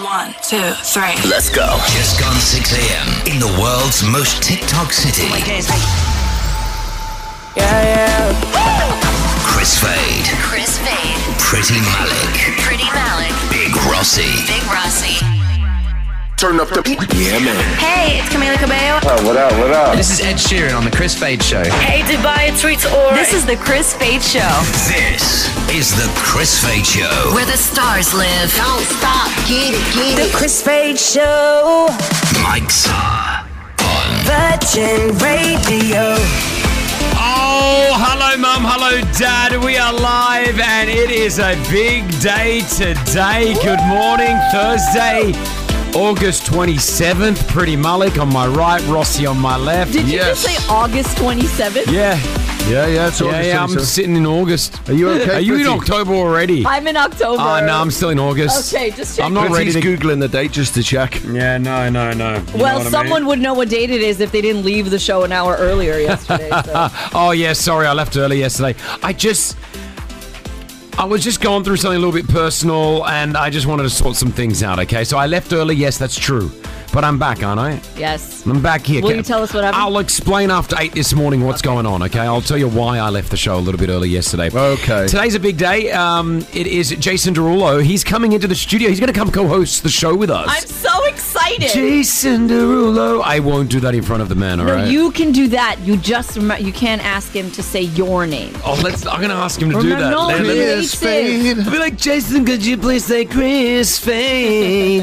One, two, three. Let's go. Just gone 6 a.m. in the world's most TikTok city. Chris Fade, Chris Fade, Pretty Malik, Pretty Malik, Big Rossi. Big Rossi. Turn up the. Yeah, man. Hey, it's Camila Cabello. what up? What up? This is Ed Sheeran on the Chris Fade Show. Hey, Dubai, it's Rita Ora. This is the Chris Fade Show. This is the Chris Fade Show. Where the stars live. Don't stop. Get it, get it. Chris Fade Show, Mike's on Virgin Radio. Oh, hello, Mum. Hello, Dad. We are live, and it is a big day today. Good morning, Thursday, August 27th. Pretty Malik on my right, Rossi on my left. Did you Yes. just say August 27th? yeah. Yeah, yeah, it's Yeah, August yeah, I'm 27th. sitting in August. Are you okay? Are you in Pretty? October already? I'm in October. Ah, no, I'm still in August. Okay, just check. I'm not ready to. Pretty's googling the date just to check. Yeah, no, no, no. You know well, what I mean? someone would know what date it is if they didn't leave the show an hour earlier yesterday. So. Oh yeah, sorry, I left early yesterday. I just I was just going through something a little bit personal and I just wanted to sort some things out, okay? So I left early, yes, that's true. But I'm back, aren't I? yes. I'm back here. Will you Kev. tell us what happened? I'll explain after eight this morning what's going on. Okay, I'll tell you why I left the show a little bit early yesterday. Okay. Today's a big day. Um, it is Jason Derulo. He's coming into the studio. He's going to come co-host the show with us. I'm so excited. Jason Derulo. I won't do that in front of the man. All No, right. you can do that. You just rem- you can't ask him to say your name. Oh, let's. I'm going to ask him to do Remember- that. no, Let- let me- really? Chris Fade. I'd be like, Jason, could you please say Chris Fade?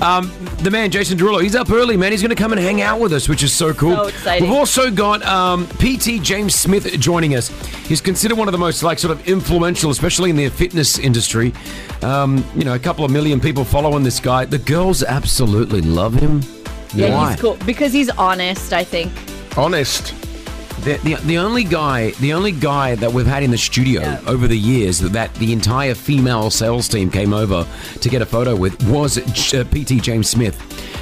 um, the man, Jason Derulo, he's up early, man. He's going to come and hang out with us, which is so cool. So exciting. We've also got um, PT James Smith joining us. He's considered one of the most, like, sort of influential, especially in the fitness industry. Um, you know, a couple of million people following this guy. The girls absolutely love him. Yeah, Why? he's cool because he's honest. I think. Honest. The, the, the only guy the only guy that we've had in the studio Yeah. over the years that, that the entire female sales team came over to get a photo with was J- uh, PT James Smith.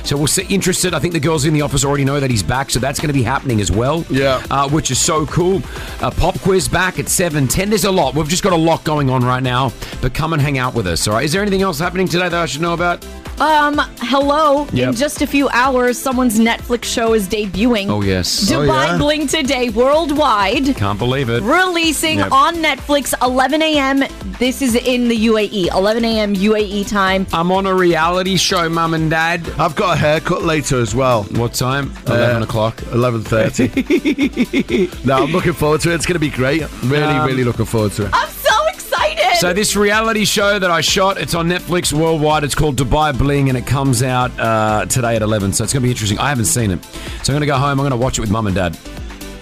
So we're s- interested. I think the girls in the office already know that he's back, so that's going to be happening as well. Yeah. uh, which is so cool. Uh, pop quiz back at seven ten. There's a lot. We've just got a lot going on right now. But come and hang out with us. All right. Is there anything else happening today that I should know about? Um, hello. Yep. In just a few hours, someone's Netflix show is debuting. Oh, yes. Oh, Dubai yeah? Bling today worldwide. Can't believe it. Releasing Yep. on Netflix 11 a.m. This is in the E. UAE. 11 a.m. UAE E time. I'm on a reality show, Mum and Dad. I've got a haircut later as well. What time? Uh, Eleven o'clock. 11.30. no, I'm looking forward to it. It's going to be great. Really, really looking forward to it. I'm so excited. So this reality show that I shot, it's on Netflix worldwide. It's called Dubai Bling, and it comes out uh, today at eleven. So it's going to be interesting. I haven't seen it, so I'm going to go home. I'm going to watch it with mum and dad.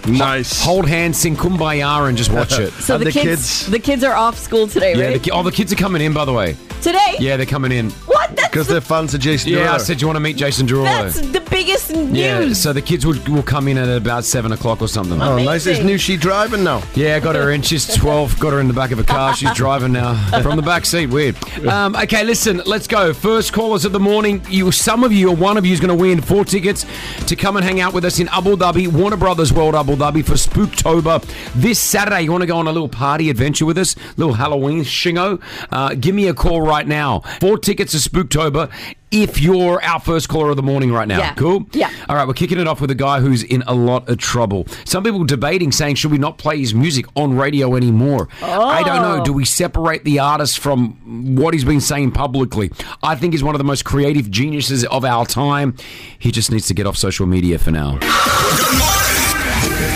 Nice. Hold hands, sing Kumbaya, and just watch it. So and the kids- the kids are off school today, Yeah, the, right? ki- oh, the kids are coming in, by the way. today? Yeah, they're coming in. What? That's Because the, they're fans of Jason Yeah, I Derulo. said, do you want to meet Jason Derulo? that's the biggest news. yeah, so the kids will, will come in at about 7 o'clock or something. Oh, nice. Is Amazing. new she driving now? Yeah, I got her in. She's 12. Got her in the back of a car. She's driving now from the back seat. Weird. Um, okay, listen, let's go. First callers of the morning. You, Some of you, or one of you, is going to win four tickets to come and hang out with us in Abu Dhabi, Warner Brothers World Abu Dhabi for Spooktober this Saturday. You want to go on a little party adventure with us, little Halloween shingo? Uh, give me a call right now. Four tickets to Spooktober. If you're our first caller of the morning right now, Yeah. cool? Yeah. All right, we're kicking it off with a guy who's in a lot of trouble. Some people debating saying, should we not play his music on radio anymore? I don't know. Oh. Do we separate the artist from what he's been saying publicly? I think he's one of the most creative geniuses of our time. He just needs to get off social media for now.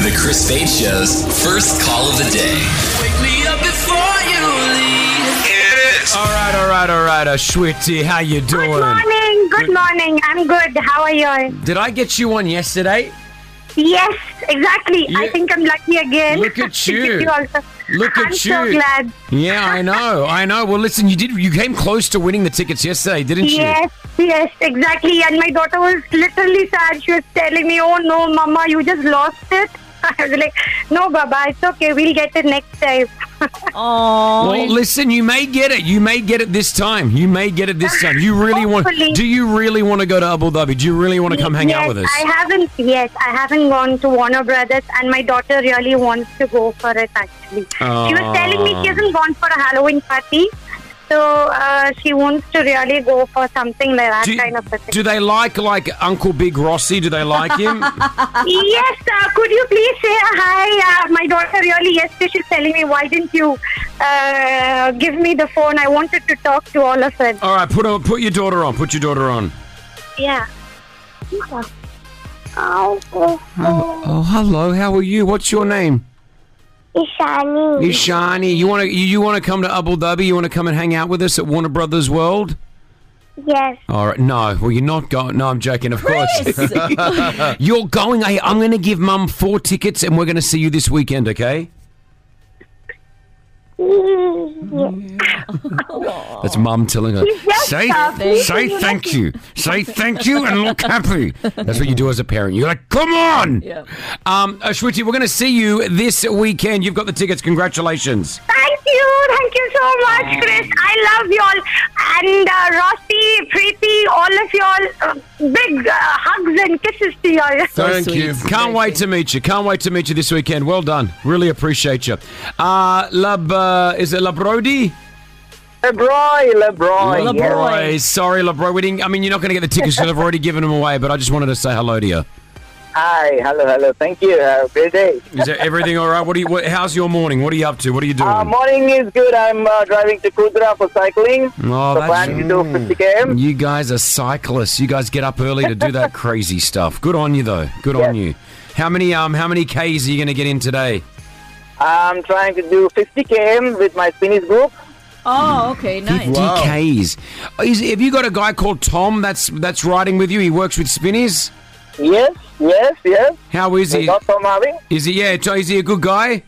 The Chris Fade Show's first call of the day. Wake me up before you leave. It is. All right, all right, all right, Ashwiti, how you doing? Good morning. Good morning. I'm good. How are you? Did I get you on yesterday? Yes, exactly. I Yeah. think I'm lucky again. Look at you. also. Look at I'm so you. glad. Yeah, I know, I know. Well, listen, you did. You came close to winning the tickets yesterday, didn't you? Yes, yes, exactly. And my daughter was literally sad. She was telling me, "Oh no, Mama, you just lost it." I was like, "No, Baba, it's okay. We'll get it next time." Aw. Well, listen, you may get it. You may get it this time. You may get it this time. You really want? Hopefully. Do you really want to go to Abu Dhabi? Do you really want to come hang yes, out with us? I haven't. Yes, I haven't gone to Warner Brothers, and my daughter really wants to go for it. Actually, she was telling me she hasn't gone for a Halloween party, so uh, she wants to really go for something like that Do, kind of a thing. do they like like Uncle Big Rossi? Do they like him? yes, uh, could you please say a hi? Uh, my daughter really yesterday she's telling me why didn't you uh, give me the phone? I wanted to talk to all of it. All right, put a, put your daughter on. Put your daughter on. Yeah. Oh, oh, Oh, oh, hello. How are you? What's your name? Ishani. Ishani. You want to you, you want to come to Abu Dhabi? You want to come and hang out with us at Warner Brothers World? Yes. All right. No. Well, you're not going. No, I'm joking. Of Chris! course. you're going. Hey, I'm going to give Mum four tickets, and we're going to see you this weekend. Okay. That's Mum telling her. She's just Say, happy. say thank you. Say thank you and look happy. That's what you do as a parent. You're like, come on. Yeah. Um, uh, Shruti, we're going to see you this weekend. You've got the tickets. Congratulations. Thank you, thank you so much, Chris. I love y'all. And uh, Rossi, Preeti, all of y'all, uh, big uh, hugs and kisses to y'all. Can't wait to meet you. Can't wait to meet you this weekend. Well done. Really appreciate you. Uh, Lab, uh, is it Labrodi? LeBroy, LeBroy. Labroy. Sorry, Labroy. We didn't. I mean, you're not going to get the tickets because I've already given them away. But I just wanted to say hello to you. Hi, hello, hello. Thank you. Have a great day. Is there everything all right? What do you? What, how's your morning? What are you up to? What are you doing? Uh, morning is good. I'm uh, driving to Kudra for cycling. Oh, so that's- plan to do 50 km. you guys are cyclists. You guys get up early to do that crazy stuff. Good on you, though. Good on you. How many um how many Ks are you going to get in today? I'm trying to do 50 km with my Spanish group. Oh, okay, nice. Fifty Ks. Is, have you got a guy called Tom that's that's riding with you? He works with spinnies. Yes, yes, yes. How is We he? got Tom Harvey. Is he? Yeah, Tom, is he a good guy?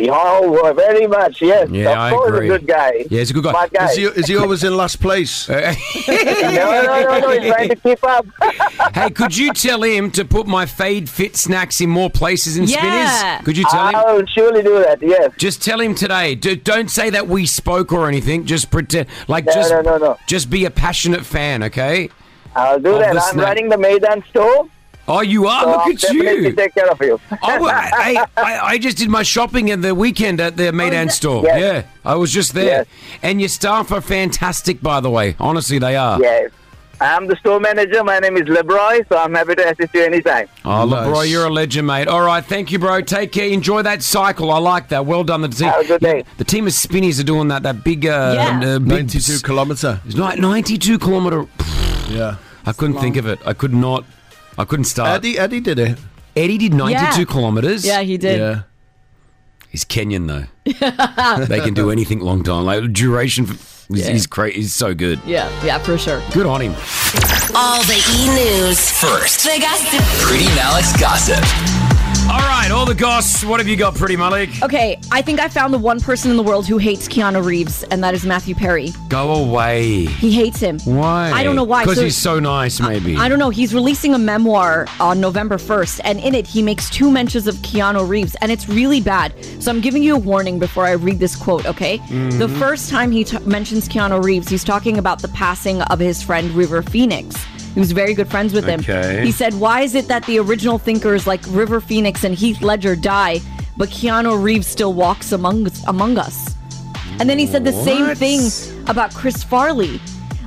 Oh, uh, very much. Yes. Yeah, of I course, agree. a good guy. Yeah, he's a good guy. Smart guy. Is he, is he always in last place? no, no, no, no. He's trying to keep up. hey, could you tell him to put my fade fit snacks in more places in Yeah. spinners? Could you tell him? I will surely do that. Yes. Just tell him today. Do, don't say that we spoke or anything. Just pretend, like No, just no, no, no. just be a passionate fan. Okay. I'll do Of that. the I'm snack. running the Maidan store. Oh, you are. So Look I'll at you. definitely take care of you. I, wa- I, I, I just did my shopping at the weekend at the Maidan store. Yes. Yeah, I was just there. Yes. And your staff are fantastic, by the way. Honestly, they are. Yes. I'm the store manager. My name is LeBroy, so I'm happy to assist you anytime. Oh, look, bro, you're a legend, mate. All right, thank you, bro. Take care. Enjoy that cycle. I like that. Well done, the team. Have a good day. The team of spinnies are doing that. That big, uh, Yeah. uh, big 92 kilometer. It's like 92 kilometer. Yeah. I couldn't think of it. I could not. I couldn't start. Eddie, Eddie did it. Eddie did 92 Yeah. kilometers. Yeah, he did. Yeah. He's Kenyan though. they can do anything long time. Like duration. For, Yeah. He's great. He's so good. Yeah, yeah, for sure. Good on him. All the e news first. The gossip. Pretty Malik's gossip. All right, all the goss. What have you got, Pretty Malik? Okay, I think I found the one person in the world who hates Keanu Reeves, and that is Matthew Perry. Go away. He hates him. Why? I don't know why. Because So- he's so nice, maybe. I don't know. He's releasing a memoir on November 1st, and in it, he makes two mentions of Keanu Reeves, and it's really bad. So I'm giving you a warning before I read this quote, okay? Mhm. The first time he t- mentions Keanu Reeves, he's talking about the passing of his friend River Phoenix. He was very good friends with him. Okay. He said, Why is it that the original thinkers like River Phoenix and Heath Ledger die, but Keanu Reeves still walks among, among us? And then he said the same What? thing about Chris Farley.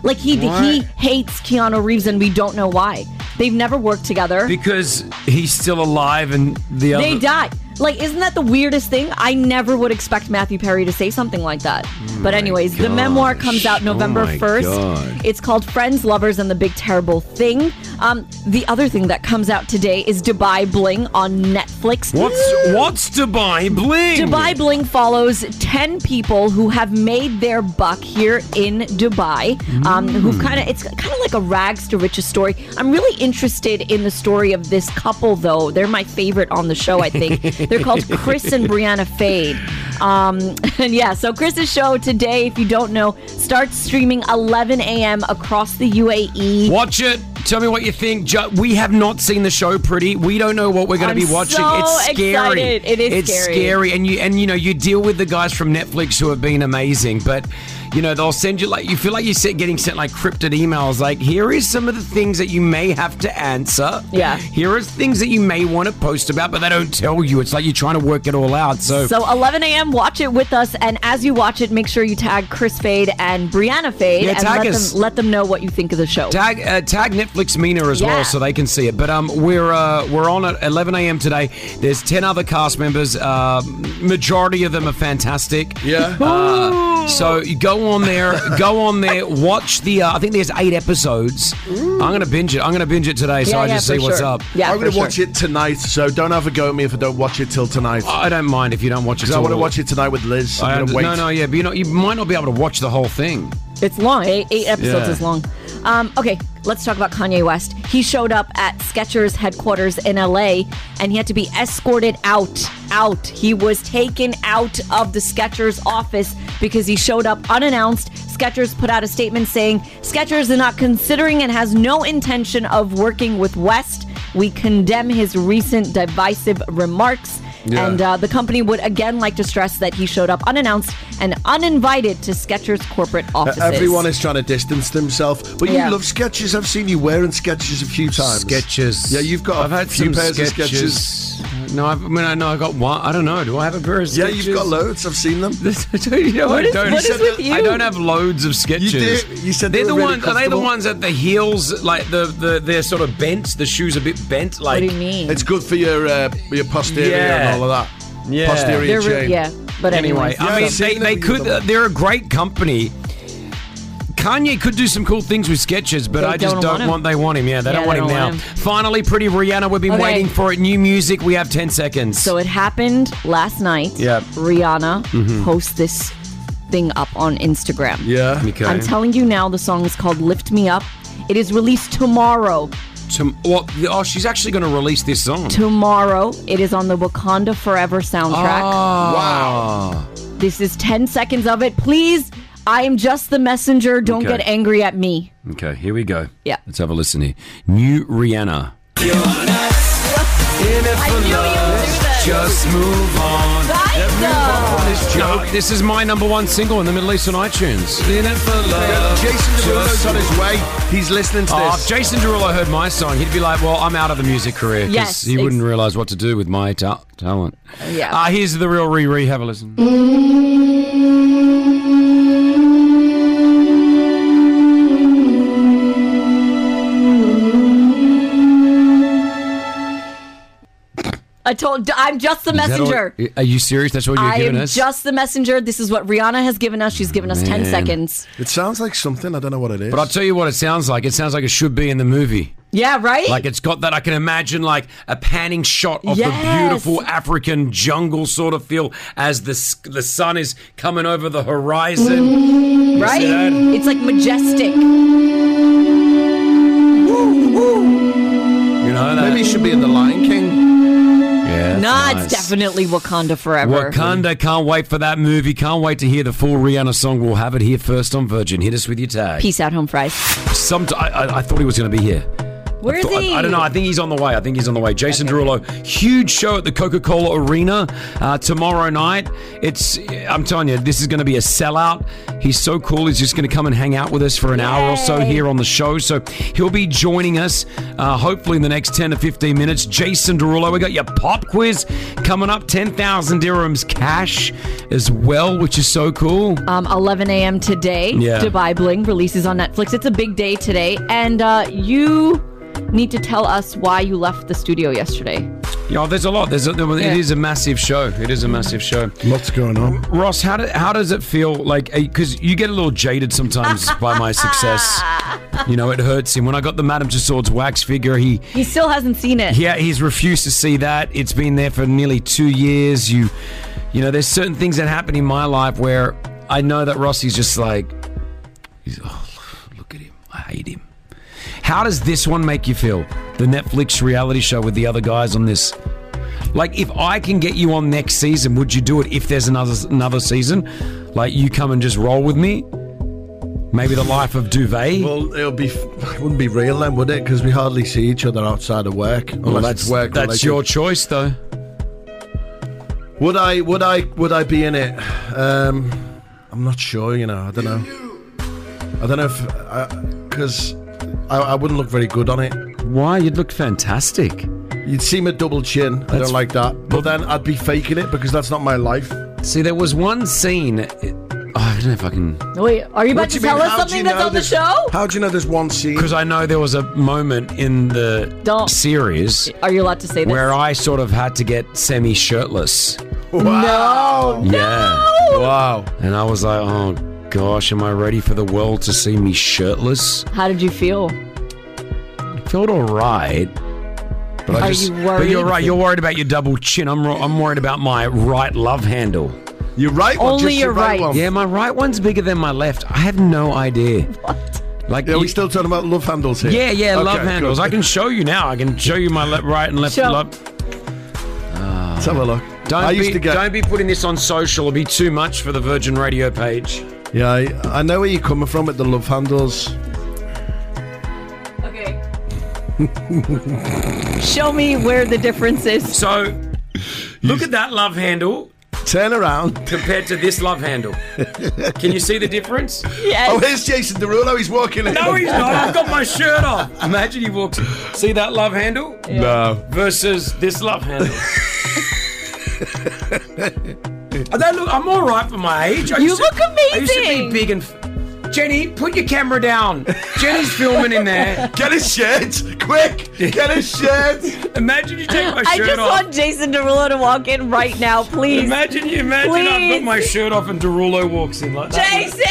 Like he What? he hates Keanu Reeves and we don't know why. They've never worked together. Because he's still alive, and the other. they die. Like isn't that the weirdest thing? I never would expect Matthew Perry to say something like that. Hmm, But anyways, the memoir comes Oh out November my 1st. God. It's called Friends, Lovers and the Big Terrible Thing. Um the other thing that comes out today is Dubai Bling on Netflix. What's what's Dubai bling? Dubai Bling follows 10 people who have made their buck here in Dubai. Um, Who've Hmm. kind of, it's kind of like a rags to riches story. I'm really interested in the story of this couple, though. They're my favorite on the show, I think. They're called Chris and Brianna Fade. Um, and yeah, so Chris's show today, if you don't know, starts streaming 11 a.m. across the E. UAE. Watch it. Tell me what you think. Ju- We have not seen the show, pretty. We don't know what we're going I'm to be watching. so it's scary. excited. It is It's scary. scary, and you and you know you deal with the guys from Netflix who have been amazing, but you know, they'll send you like you feel like you're se- getting sent like cryptid emails. Like here is some of the things that you may have to answer. Yeah. Here is things that you may want to post about, but they don't tell you. It's like you're trying to work it all out. So. So 11 a.m. Watch it with us, and as you watch it, make sure you tag Chris Fade and Brianna Fade, Yeah, and tag let us. them let them know what you think of the show. Tag uh, tag Netflix Mina as Yeah. well, so they can see it. But um, we're uh, we're on at 11 a.m. today. There's 10 other cast members. Uh, majority of them are fantastic. Yeah. Uh, so you go on there, go on there, watch the. Uh, I think there's eight episodes. I'm gonna binge it. I'm gonna binge it today, so I just see what's up. I'm going to watch it tonight, so don't have a go at me if I don't watch it till tonight. I don't mind if you don't watch it. Because I till- want to watch it tonight with Liz. I I'm under- going to no, wait. no, yeah, but you know, you might not be able to watch the whole thing. It's long. Eight, eight episodes Yeah. is long. Um, okay, let's talk about Kanye West. He showed up at Skechers headquarters in LA, and he had to be escorted out. Out. He was taken out of the Skechers office because he showed up unannounced. Skechers put out a statement saying Skechers is not considering and has no intention of working with West. We condemn his recent divisive remarks. Yeah. And uh, the company would again like to stress that he showed up unannounced and uninvited to Skechers corporate Uh, offices. Everyone is trying to distance themselves, but Yeah. you love sketches. I've seen you wearing sketches a few times. Skechers. Yeah, you've got I've a had few some pairs of Skechers. sketches. No, I've, I mean, I know I got one. I don't know. Do I have a pair of Yeah, you've got Skechers? loads. I've seen them. you know, I don't. I don't have loads of sketches. You, do, you said they're they the were really ones. Are they the comfortable? ones at the heels, like the the they're sort of bent? The shoes a bit bent. Like It's good for your uh, your posterior Yeah. and all of that. Posterior chain. anyway, I mean, they, they could. Uh, they're a great company. Kanye could do some cool things with sketches, but They I just don't don't, want him. want, they want him. Yeah, they Yeah, don't want they him don't now. want him. Finally, pretty Rihanna. We've been Okay. waiting for it. New music. We have ten seconds. So it happened last night. Yeah. Rihanna Mhm. posts this thing up on Instagram. Mm-hmm. Yeah. Okay. I'm telling you now, the song is called "Lift Me Up." It is released tomorrow. Tom- what- oh, she's actually going to release this song. Tomorrow, it is on the Wakanda Forever soundtrack. Ah. wow. This is 10 seconds of it. Please, I am just the messenger. Don't Okay. get angry at me. Okay, here we go. Yeah. Let's have a listen here. New Rihanna. Just move on. This joke. This is my number one single in the Middle East on iTunes. In it for love. Jason Derulo's on his way. He's listening to Oh, this. if Jason Derulo heard my song, he'd be like, "Well, I'm out of the music career because Yes, he wouldn't realize what to do with my ta- talent." Yeah. Uh, here's the real Riri. Have a listen. Mm-hmm. I told, I'm just the Is that messenger. all- are you serious? That's what you're I giving am us? just the messenger. This is what Rihanna has given us. She's given us 10 Man. seconds. It sounds like something. I don't know what it is. But I'll tell you what it sounds like. It sounds like it should be in the movie. Yeah, right? Like it's got that I can imagine like a panning shot of Yes. the beautiful African jungle sort of feel as the s- the sun is coming over the horizon. You right? see that? It's like majestic. You know that? Maybe it should be in The Lion King. Yeah. that's nah, nice. it's definitely Wakanda forever. Wakanda can't wait for that movie. Can't wait to hear the full Rihanna song. We'll have it here first on Virgin. Hit us with your tag. Peace out, home fries. Some I I- I thought he was going to be here. Where is Th- I- he? I, don't know. I think he's on the way. I think he's on the way. Jason Derulo, huge show at the Coca Cola Arena uh, tomorrow night. It's I'm telling you, this is going to be a sellout. He's so cool. He's just going to come and hang out with us for an hour or so here on the show. So he'll be joining us uh, hopefully in the next 10 to 15 minutes. Jason Derulo, we got your pop quiz coming up. 10,000 dirhams cash as well, which is so cool. Um, 11 a.m. today. Yeah. Dubai Bling releases on Netflix. It's a big day today, and uh, you need to tell us why you left the studio yesterday. Yeah, there's a lot. There's a, there, Yeah. it is a massive show. It is a massive show. Lots going on. Um, Ross, how do, how does it feel like? Because you get a little jaded sometimes by my success. You know, it hurts him. When I got the Madame Tussauds wax figure, he He still hasn't seen it. yeah, he's refused to see that. It's been there for nearly two years. You, you know, there's certain things that happen in my life where I know that Rossi's just like, he's, oh, look at him. I hate him. How does this one make you feel? The Netflix reality show with the other guys on this. Like, if I can get you on next season, would you do it? If there's another another season, like you come and just roll with me. Maybe the life of duvet. Well, it'll be. It wouldn't be real then, would it? Because we hardly see each other outside of work. Unless that's- it's work. that's related. your choice, though. Would I? Would I? Would I be in it? Um, I'm not sure. You know, I don't know. I don't know if because I, I, wouldn't look very good on it. Why? You'd look fantastic. You'd seem a double chin. I That's- don't like that. But then I'd be faking it because that's not my life. See, there was one scene. Oh, I don't know if I can. Wait, are you about What to do you tell mean? us How do something you that's know on the this- show? How do you know there's one scene? Because I know there was a moment in the Don't. series Are you allowed to say this? where I sort of had to get semi shirtless. Oh. Oh, Wow. Yeah. Wow. And I was like, oh gosh, am I ready for the world to see me shirtless? How did you feel? I felt all right. But I Are just, you But you're worried? right. You're worried about your double chin. I'm, ro- I'm worried about my right love handle. You're right. one, Only just you're your right. one. Yeah, my right one's bigger than my left. I have no idea. What? Like, Yeah, you- we still talking about love handles here. yeah, yeah, Okay, love handles. good. I can show you now. I can show you my le- right and left. Show- love. Let's have a look. Ah. Don't I be, used to get. don't be putting this on social. It'll be too much for the Virgin Radio page. Yeah, I, I know where you're coming from with the love handles. Okay. Show me where the difference is. So, look at that love handle Turn around. compared to this love handle. Can you see the difference? Yes. Oh, here's Jason Derulo. He's walking in. No, he's not. I've got my shirt off. Imagine he walks. See that love handle No. versus this love handle. I don't look. I'm all right for my age. I You used to- look I used to be amazing. big and. f- Jenny, put your camera down. Jenny's filming in there. Get his shirt. Quick. Get his shirt. Imagine you take my I shirt just off. want Jason Derulo to walk in right now, please. Imagine you imagine I've Please. got my shirt off and Derulo walks in like that. Jason!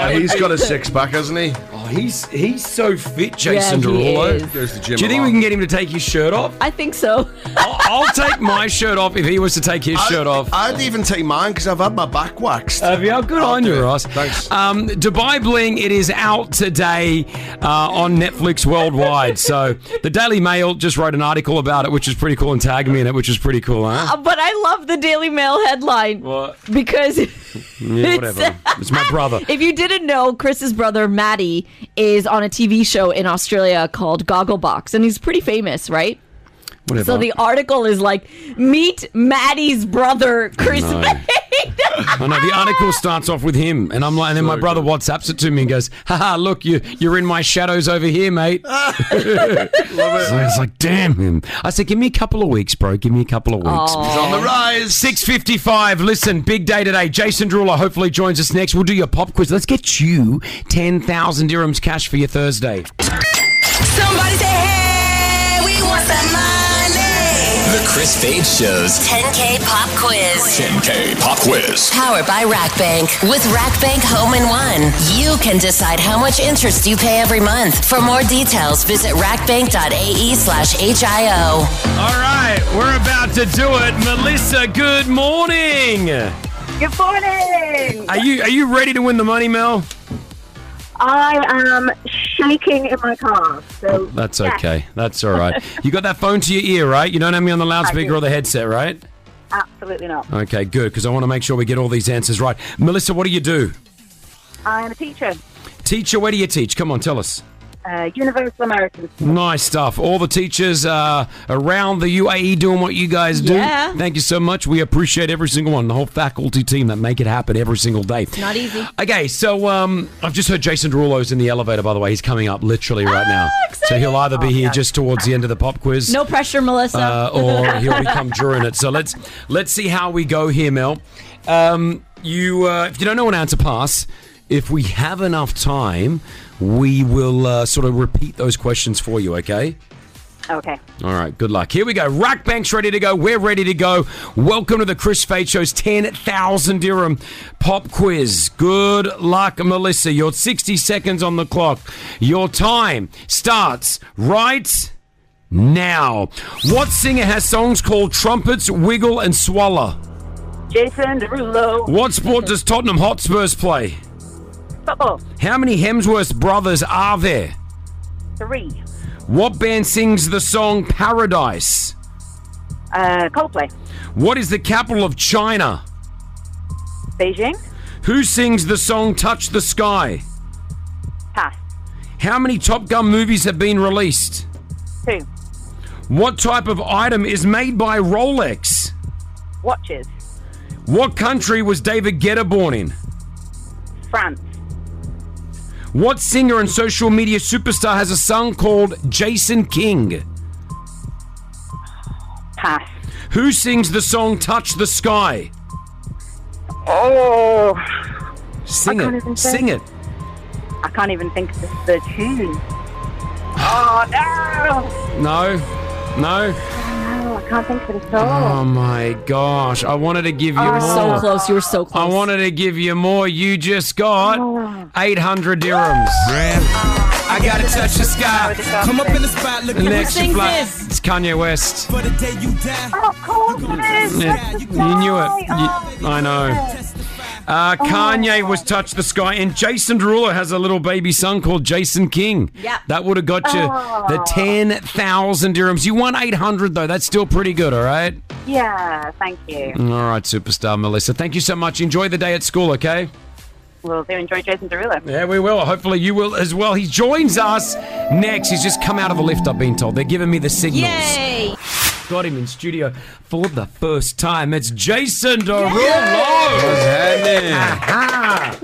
Oh, he's got a six pack, hasn't he? Oh, he's he's so fit, Jason he Derulo. is. Goes to the gym. Do you think we can get him to take his shirt off? I think so. I'll, I'll take my shirt off if he was to take his shirt off. I'd even take mine because I've had my back waxed. Uh, yeah, good on do you, it. Ross. Thanks. Um, Dubai Bling, it is out today uh, on Netflix worldwide. so the Daily Mail just wrote an article about it, which is pretty cool, and tagged me in it, which is pretty cool, huh? Uh, But I love the Daily Mail headline. What? Because Yeah, whatever. It's my brother. if you didn't know, Chris's brother Maddie is on a TV show in Australia called Gogglebox, and he's pretty famous, right? Whatever. So the article is like, meet Maddie's brother, Chris. No. Maddie." I know the article starts off with him, and I'm like, and then my brother WhatsApps it to me and goes, "Haha, look, you you're in my shadows over here, mate." So it's like, damn him. I said, "Give me a couple of weeks, bro. Give me a couple of weeks." He's on the rise. 6.55 listen big day today jason Derulo hopefully joins us next we'll do your pop quiz let's get you 10000 dirhams cash for your thursday Somebody say, hey, we want some money. The Chris Fade Show's 10K pop quiz. 10K Pop Quiz. Powered by RackBank. With RackBank Home in One, you can decide how much interest you pay every month. For more details, visit rackbank.ae E slash HIO. all right we're about to do it melissa good morning are Good morning. you are you ready to win the money mel I am shaking in my car. So that's yes, okay that's all right you got that phone to your ear right you don't have me on the loudspeaker or the headset right absolutely not. okay good because i want to make sure we get all these answers right melissa what do you do I'm a teacher. teacher where do you teach come on tell us Uh, Universal American. Nice stuff. All the teachers uh, around the UAE doing what you guys do. Yeah. Thank you so much. We appreciate every single one, the whole faculty team that make it happen every single day. Not easy. Okay, so um, I've just heard Jason Derulo's in the elevator, by the way. He's coming up literally right now. So Ah, exciting. Oh, he'll either be here just towards the end of the pop quiz. No pressure, Melissa. Uh, or he'll become during it. So let's let's see how we go here, Mel. Um, you, uh, if you don't know an answer, pass. If we have enough time, we will uh, sort of repeat those questions for you. Okay. Okay. All right, good luck. Here we go. Rack Bank's ready to go. We're ready to go. Welcome to the Chris Fade Show's 10,000 dirham pop quiz. Good luck, Melissa. You're 60 seconds on the clock. Your time starts right now. What singer has songs called Trumpets, Wiggle, and Swallow? Jason Derulo. What sport does Tottenham Hotspurs play? Football. How many Hemsworth brothers are there? Three. What band sings the song Paradise? Uh, Coldplay. What is the capital of China? Beijing. Who sings the song Touch the Sky? Pass. How many Top Gun movies have been released? Two. What type of item is made by Rolex? Watches. What country was David Guetta born in? France. What singer and social media superstar has a son called Jason King? Pass. Who sings the song Touch the Sky? Oh. Sing I can't even it. Sing say. it. I can't even think of the tune. Oh, no. No. No. No, I can't think of the song. Oh my gosh. I wanted to give you You more. were Oh, so Oh. close, You were so I wanted to give you more. You just got Oh. 800 dirhams. I gotta touch the sky. Come up in the spot looking An extra flat. It's Kanye West. For the day you die. Of course Yeah, you knew it. Oh, You- I know. Uh, Kanye was Touch the Sky, and Jason Derulo has a little baby son called Jason King. Yep. That would have got you the Oh. 10,000 dirhams. You won 800, though. That's still pretty good, all right? Yeah, thank you. All right, superstar Melissa. Thank you so much. Enjoy the day at school, okay? Will do. Enjoy Jason Derulo. Yeah, we will. Hopefully, you will as well. He joins us next. He's just come out of a lift, I've been told. They're giving me the signals. Yay! Got him in studio for the first time. It's Jason Derulo. What's happening? Aha.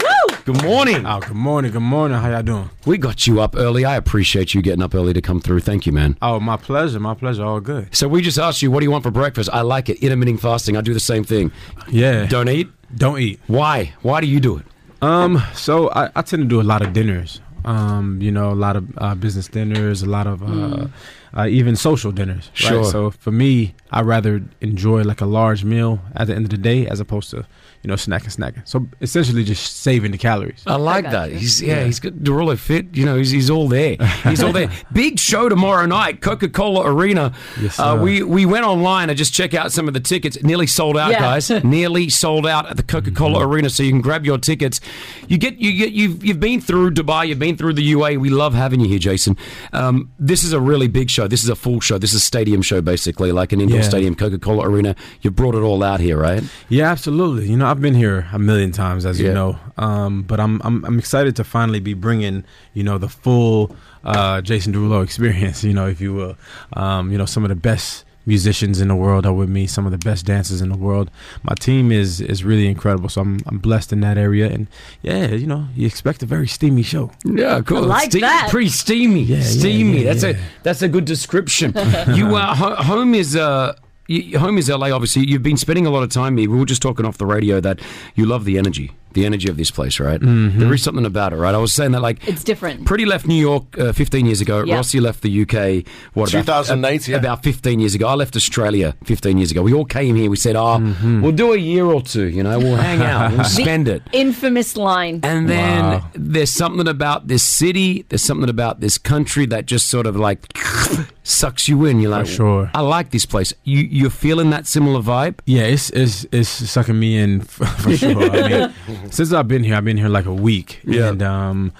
Good morning. Oh, good morning. Good morning. How y'all doing? We got you up early. I appreciate you getting up early to come through. Thank you, man. Oh, my pleasure. My pleasure. All good. So we just asked you, what do you want for breakfast? I like it. Intermittent fasting. I do the same thing. Yeah. Don't eat. Don't eat. Why? Why do you do it? Um, so I, I tend to do a lot of dinners. Um, you know, a lot of uh, business dinners, a lot of uh, Mm. uh, even social dinners. right? Sure. So for me, I rather enjoy like a large meal at the end of the day as opposed to you know snacking, snacking. So essentially, just saving the calories. I like that. He's yeah, he's got Derulo fit. You know, he's, he's all there. He's all there. Big show tomorrow night, Coca Cola Arena. Yes, uh, sir. we we went online to just check out some of the tickets. Nearly sold out, Yeah. guys. Nearly sold out at the Coca Cola Mm-hmm. Arena. So you can grab your tickets. You get you get you've you've been through Dubai. You've been through the UAE. We love having you here, Jason. Um, this is a really big show. This is a full show. This is a stadium show, basically, like an indoor Yeah. stadium, Coca Cola Arena. You brought it all out here, right? Yeah, absolutely. You know, I've been here a million times, as Yeah. you know. Um, but I'm, I'm I'm excited to finally be bringing you know the full uh, Jason Derulo experience, you know, if you will. Um, you know, some of the best musicians in the world are with me. Some of the best dancers in the world. My team is is really incredible. So I'm I'm blessed in that area, and yeah, you know, you expect a very steamy show. Yeah, cool. I like Steam- that. Pretty steamy. yeah, steamy. yeah, that's yeah. a that's a good description. you uh, ho- home is uh, y- home is LA. Obviously, you've been spending a lot of time here. We were just talking off the radio that you love the energy, the energy of this place, right? Mhm. There is something about it, right? I was saying that like It's different. Pretty left New York uh, 15 years ago. Yeah. Rossi left the UK. What about 2008, uh, About 15 years ago. I left Australia 15 years ago. We all came here. We said, "Oh, we'll do a year or two. You know, we'll hang out. We'll The spend it." Infamous line. And then there's something about this city, there's something about this country that just sort of like sucks you in. You're like, sure. I like this place. You you're feeling that similar vibe? Yeah, it's it's it's sucking me in for, for sure. I mean, since I've been here, I've been here like a week, and um,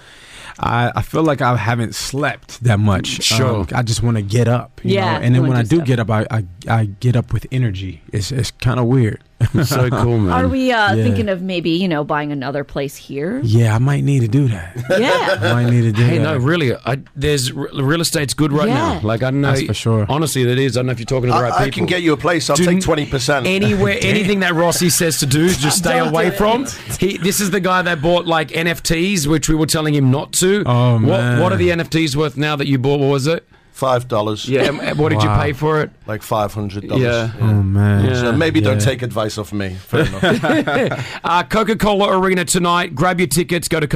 I I feel like I haven't slept that much. Sure. Um, I just want to get up. you Yeah, know? and you then wanna when I do do get up, I, I I get up with energy. It's it's kind of weird. so cool, Are we uh, yeah. thinking of maybe, you know, buying another place here? Yeah, I might need to do that. Yeah. I might need to do Hey, that. no, really. I, there's r- real estate's good right Yeah. now. Like I don't know, That's for sure. Honestly, that is. I don't know if you're talking to the I- right I people. can get you a place. I'll Do take n- 20%. Anywhere, Damn. anything that Rossi says to do, just stay Don't do away it. from. He, this is the guy that bought like NFTs, which we were telling him not to. Oh what, man. What are the NFTs worth now that you bought? What was it? Five dollars. Yeah. and- and what did Wow. you pay for it? Like five hundred dollars. Yeah. Oh man. So maybe don't Yeah. take advice off me. Fair enough. uh, Coca Cola Arena tonight. Grab your tickets. Go to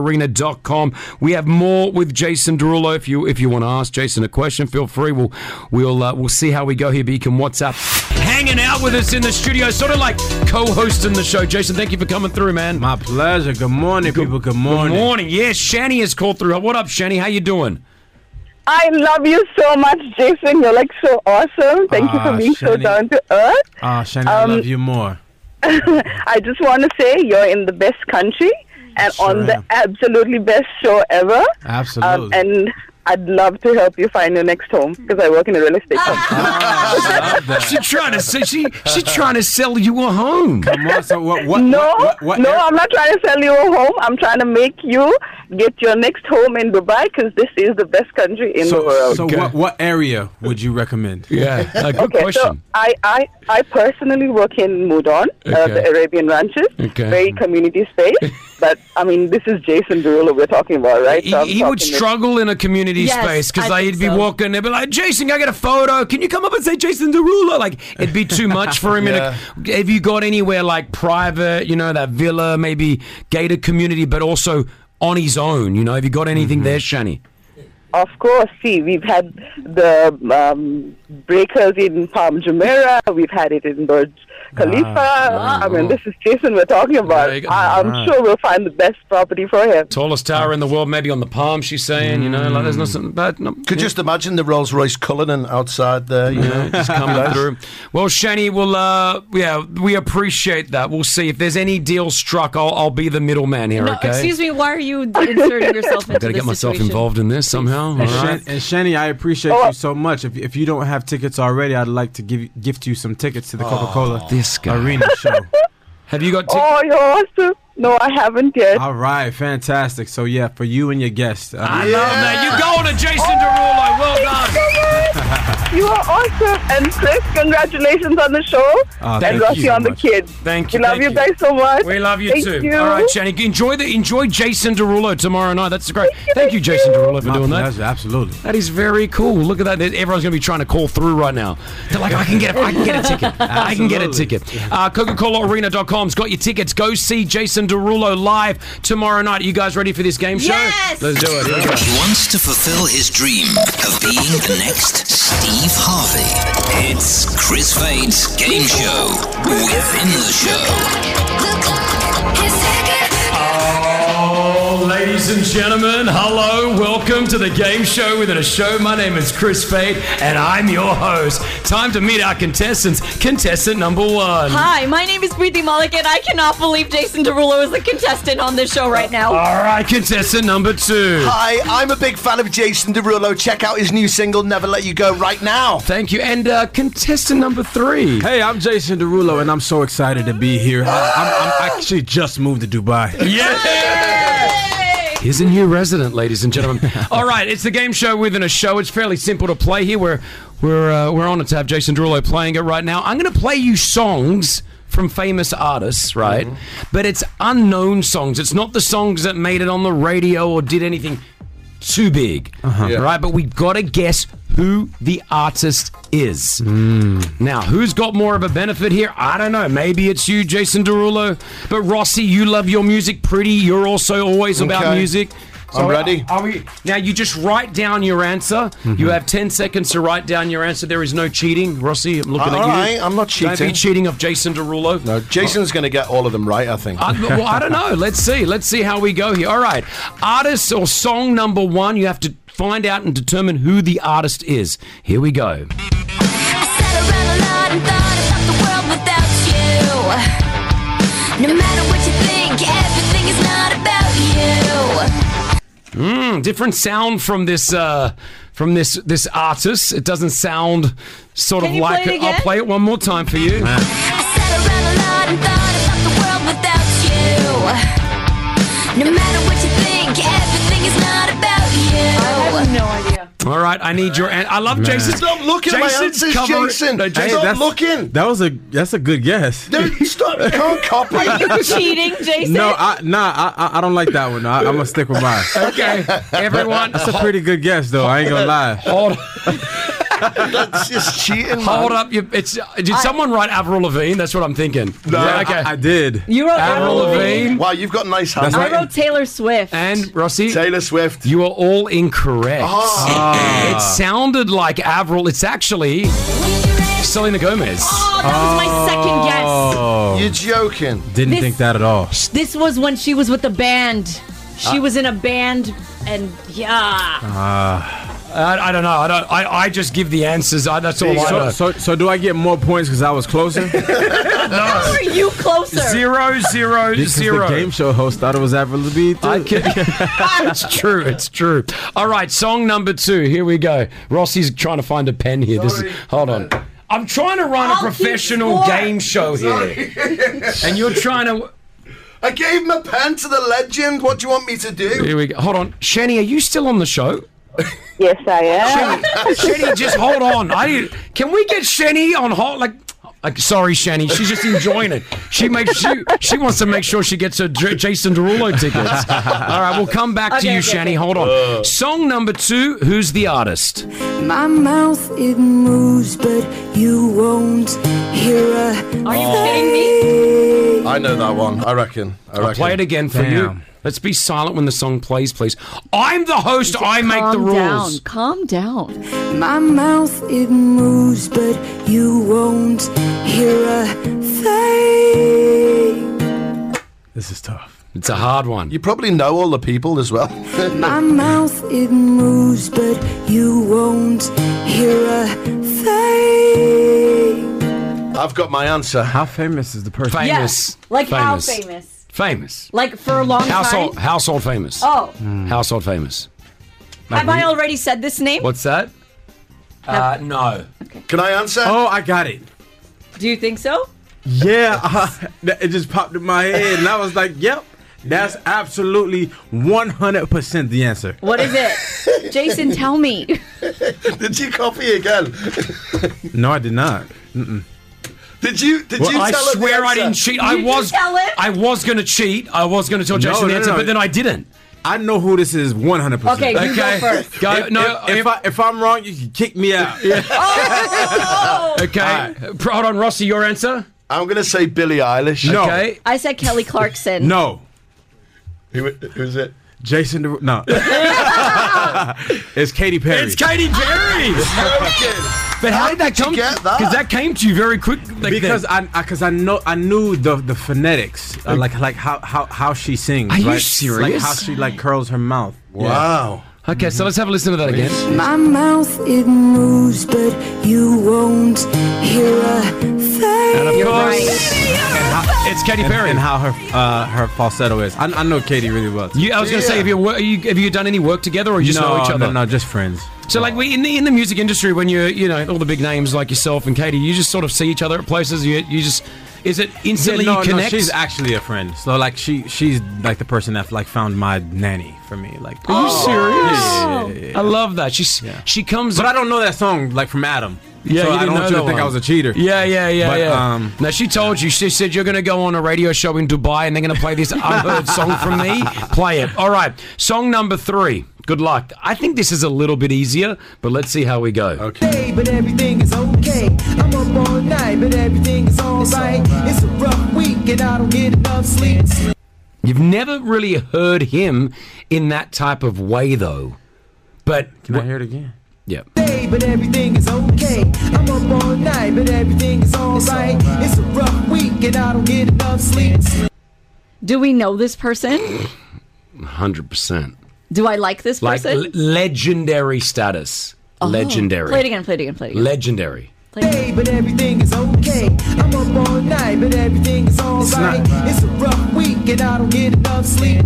CocaColaArena.com. We have more with Jason Derulo. If you if you want to ask Jason a question, feel free. We'll we'll uh, we'll see how we go here. But you can WhatsApp. Hanging out with us in the studio, sort of like co-hosting the show. Jason, thank you for coming through, man. My pleasure. Good morning, people. Good morning. Good morning. Yes, Shani has called through. What up, Shani? How you doing? I love you so much, Jason. You're like so awesome. Thank you Ah, for being so Shani. down to earth. Ah, Shani, I Um, love you more. I just want to say you're in the best country and Sure on the am. absolutely best show ever. Um, Absolutely. and I'd love to help you find your next home because I work in a real estate Ah. company. she trying to say she she trying to sell you a home. Come on, so what? what no, no, I'm not trying to sell you a home. I'm trying to make you get your next home in Dubai because this is the best country in the so, world. so what, what area would you recommend? Yeah, okay, so I, I, I personally work in Mudon, uh, Okay. the Arabian ranches, Okay. very community space. but I mean, this is Jason Derulo we're talking about, right? So I'm He, he would talking with- struggle in a community Yes, space because I they'd think be so. walking there, be like, Jason, I get a photo. Can you come up and say Jason Derulo? Like, it'd be too much for him. Yeah. in a, have you got anywhere like private, you know, that villa, maybe gated community, but also on his own? You know, have you got anything there, Shani? Of course, see, we've had the um, breakers in Palm Jumeirah, we've had it in Burj Khalifa. Ah, I mean, this is Jason we're talking about. you go. I, I'm Ah. sure we'll find the best property for him. Tallest tower in the world, maybe on the palm, she's saying, you know, like there's nothing bad. No, Hmm. Could just imagine the Rolls Royce Cullinan outside there, you know, just coming through. Well, Shani, we'll uh, yeah, we appreciate that. We'll see if there's any deal struck. I'll, I'll be the middleman here. No, okay. excuse me. Why are you inserting yourself into I gotta this get myself situation? involved in this somehow. And, all right? Shan- and Shani, I appreciate Oh. you so much. If, if you don't have tickets already, I'd like to give you, gift you some tickets to the Coca Cola Oh, this guy. Arena show. Have you got Oh, you're awesome. No, I haven't yet. All right, fantastic. So yeah, for you and your guest. uh, I love that. You go to Jason Derulo. Well done. You are awesome. And Chris, congratulations on the show. Ah, thank and Rossi you so on the much. kids. Thank you, We love thank you you. guys so much. We love you Thank too. You. All right, Shani, enjoy the enjoy Jason Derulo tomorrow night. That's great. Thank, you, Jason Derulo, for My doing that. pleasure, absolutely. That is very cool. Look at that. Everyone's going to be trying to call through right now. They're like, I can get a, I can get a ticket. I can get a Absolutely. ticket. Uh, Coca-ColaArena.com's got your tickets. Go see Jason Derulo live tomorrow night. you guys ready for this game show? Yes! Let's do it. Here we go. He wants to fulfill his dream of being the next Steve Harvey. It's Chris Fade's game show within the Oh, ladies and gentlemen, hello. Welcome to the game show within a show. My name is Chris Fade, and I'm your host. Time to meet our contestants. Contestant number one. Hi, my name is Preeti Malik, and I cannot believe Jason Derulo is a contestant on this show right now. All right, contestant number two. Hi, I'm a big fan of Jason Derulo. Check out his new single, Never Let You Go, right now. Thank you. And uh, contestant number three. Hey, I'm Jason Derulo, and I'm so excited to be here. I, I'm, I'm actually just moved to Dubai. He's a new resident, ladies and gentlemen. All right, it's the game show within a show. It's fairly simple to play here. We're we're uh, we're honored to have Jason Derulo playing it right now. I'm going to play you songs from famous artists, right? Mm-hmm. But it's unknown songs. It's not the songs that made it on the radio or did anything too big, Uh-huh. Yeah. right? But we've got to guess who the artist is. Mm. Now, who's got more of a benefit here? I don't know. Maybe it's you, Jason Derulo. But Rossi, you love your music pretty. You're also always about Okay. music. I'm ready. Are we, now, you just write down your answer. Mm-hmm. You have 10 seconds to write down your answer. There is no cheating. Rossi, I'm looking All at you. right, I'm not Don't be cheating. cheating of Jason Derulo. No, Jason's going to get all of them right, I think. I, Uh, well, I don't know. Let's see. Let's see how we go here. All right. Artist or song number one, you have to find out and determine who the artist is. Here we go. No matter what you think, everything is not about you. Mm, different sound from this uh, from this this artist. It doesn't sound sort Can of you play like it again? I'll play it one more time for you. The world without you. No matter what you think, everything is not about you. I have no idea. All right, I need your. An- I love Man. Jason. Stop looking at my answers, Jason. No, Hey, Jason. that's- looking. That was a that's a good guess. Stop. Can't copy. Jason? No, I, nah, I, I- I don't like that one. I, I'm gonna stick with mine. Okay, everyone. Oh, That's a pretty good guess, though. I ain't gonna lie. Hold, That's just cheating. hold up. You, it's did someone write Avril Lavigne? That's what I'm thinking. No, Yeah, I- okay. I, did. You wrote Avril Avril Lavigne. Lavigne. Wow, you've got nice uh, That's hands. right. I wrote Taylor Swift. And Rossi, Taylor Swift. You are all incorrect. Ah. It sounded like Avril. It's actually Selena Gomez. Oh, that was Ah. my second guess. You're joking. Oh. Didn't This- think that at all. This was when she Uh. was with the band. She Ah. was in a band, and yeah. Ah. I, I don't know. I don't. I, I just give the answers. I, that's all I So, know. so, so do I get more points because I was closer? How are you closer? Zero, zero, because Oh, zero. the game show host thought it was Avril Lavigne. Too. I it's true. It's true. All right, song number two. Here we go. Rossi's trying to find a pen here. This is, hold on. I'm trying to run a professional game show here, and you're trying to. I gave him a pen to the legend. What do you want me to do? Here we go. Hold on, Shani, are you still on the show? Yes, I am. Shani, just hold on. I can we get Shani on hold? Like, like sorry, Shani, she's just enjoying it. She makes she she wants to make sure she gets her Dr- Jason Derulo tickets. All right, we'll come back to Okay, you, okay, Shani. okay. Hold on. Uh. Song number two. Who's the artist? My mouth it moves, but you won't hear a Are you kidding me? I know that one. I reckon. I reckon. I'll play it again for you. Let's be silent when the song plays, please. I'm the host. I make the Calm down. rules. Calm down. My mouth it moves, but you won't hear a thing. This is tough. It's a hard one. You probably know all the people as well. My mouth it moves, but you won't hear a thing. I've got my answer. How famous is the person? Famous. Like how Famous. famous? Famous. Like for a long Household time. household famous. Oh. Household famous. Have I already said this name? What's that? Uh, no. Can I answer? Oh, I got it. Do you think so? Yeah, that- it just popped in my head, and I was like, "Yep, that's absolutely one hundred percent the answer." What is it? Jason, tell me. Did you copy again? No, I did not. Mm-mm. Did you? Did Well, you? I tell her the swear I answer? didn't cheat. I was I was gonna cheat. I was gonna tell No, Jason no, the answer, no. but then I didn't. I know who this is one hundred percent. Okay, you go Okay. first. Go- if, no, if, if I, if I'm wrong, you can kick me out. Oh. Okay. Pro- Hold on, Rossi, your answer? I'm going to say Billie Eilish. No. Okay. I said Kelly Clarkson. No. Who, who's it? Jason. Derulo- No. it's Katy Perry. It's Katy Perry! but how, did that come? get that? Because that came to you very quick. like because I because I, know I knew the the phonetics uh, like like how how how she sings. Are you like, Like serious? how she like curls her mouth. Wow. Okay, so let's have a listen to that again. My mouth it moves, but you won't hear a thing. And of course, it's Katy Perry. And, how her uh, her falsetto is. I, I know Katy really well. You, I was going to say, have you, wor- you have you done any work together, or you just no, know each other? No, no, just friends. So, like, we in the in the music industry, when you you know all the big names like yourself and Katie, you just sort of see each other at places. You you just is it instantly Yeah, no, you no, connect? she's actually a friend. So like she she's like the person that like found my nanny for me. Like Are you serious? Yeah, yeah, yeah, yeah. I love that. She's she comes. But I don't know that song like from Adam. Yeah, so you I didn't don't know want you to that think I was one. a cheater. Yeah, yeah, yeah, But, yeah. Um, no, she told you. She said you're going to go on a radio show in Dubai, and they're going to play this unheard song from me. Play it. All right, song number three. Good luck. I think this is a little bit easier, but let's see how we go. Okay. day, but everything is okay. I'm up all night, but everything is alright. It's a rough week, and I don't get enough sleep. You've never really heard him in that type of way, though. But can I hear it again? Yeah. Day, but everything is okay. I'm up all night, but everything is alright. It's a rough week, and I don't get enough sleep. Do we know this person? Hundred percent. Do I like this Like person? l- legendary status. Oh. Legendary. Play it again, play it again, play it again. Legendary. Day, but everything is okay. I'm up all night, but everything is alright. It's a rough week, and I don't get enough sleep.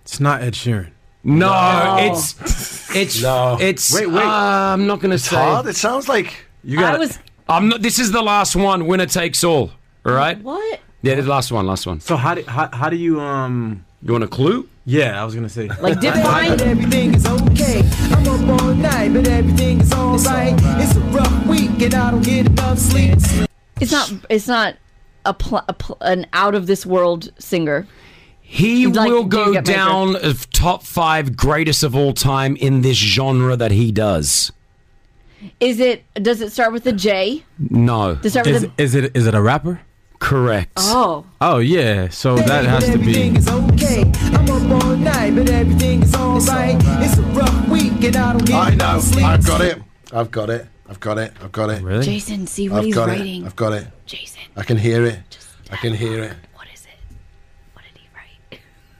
it's not Ed Sheeran. No, No. it's it's it's. Wait, wait. Ah. I'm not going to say. hard. It sounds like you got. I was. I'm not. This is the last one. Winner takes all. All right. What? Yeah, the last one. Last one. So how do how, how do you um? You want a clue? Yeah, I was gonna say. Like But everything is okay. I'm up all night, but everything is alright. It's a rough week, and I don't get enough sleep. It's not. It's not a, pl- a pl- an out of this world singer. He Like, will do go get measured. down of top five greatest of all time in this genre that he does. Is it? Does it start with a J? No. Does that is, really- is it is it a rapper? Correct. Oh. Oh yeah. So that has to Everything be. is okay. I'm up all night, but everything is alright. It's a rough week, and I don't get I know. enough sleep. I've got it. I've got it. I've got it. I've got it. Really? Jason, see what I've he's got writing. It. I've got it. Jason. I can hear it. I can hear it.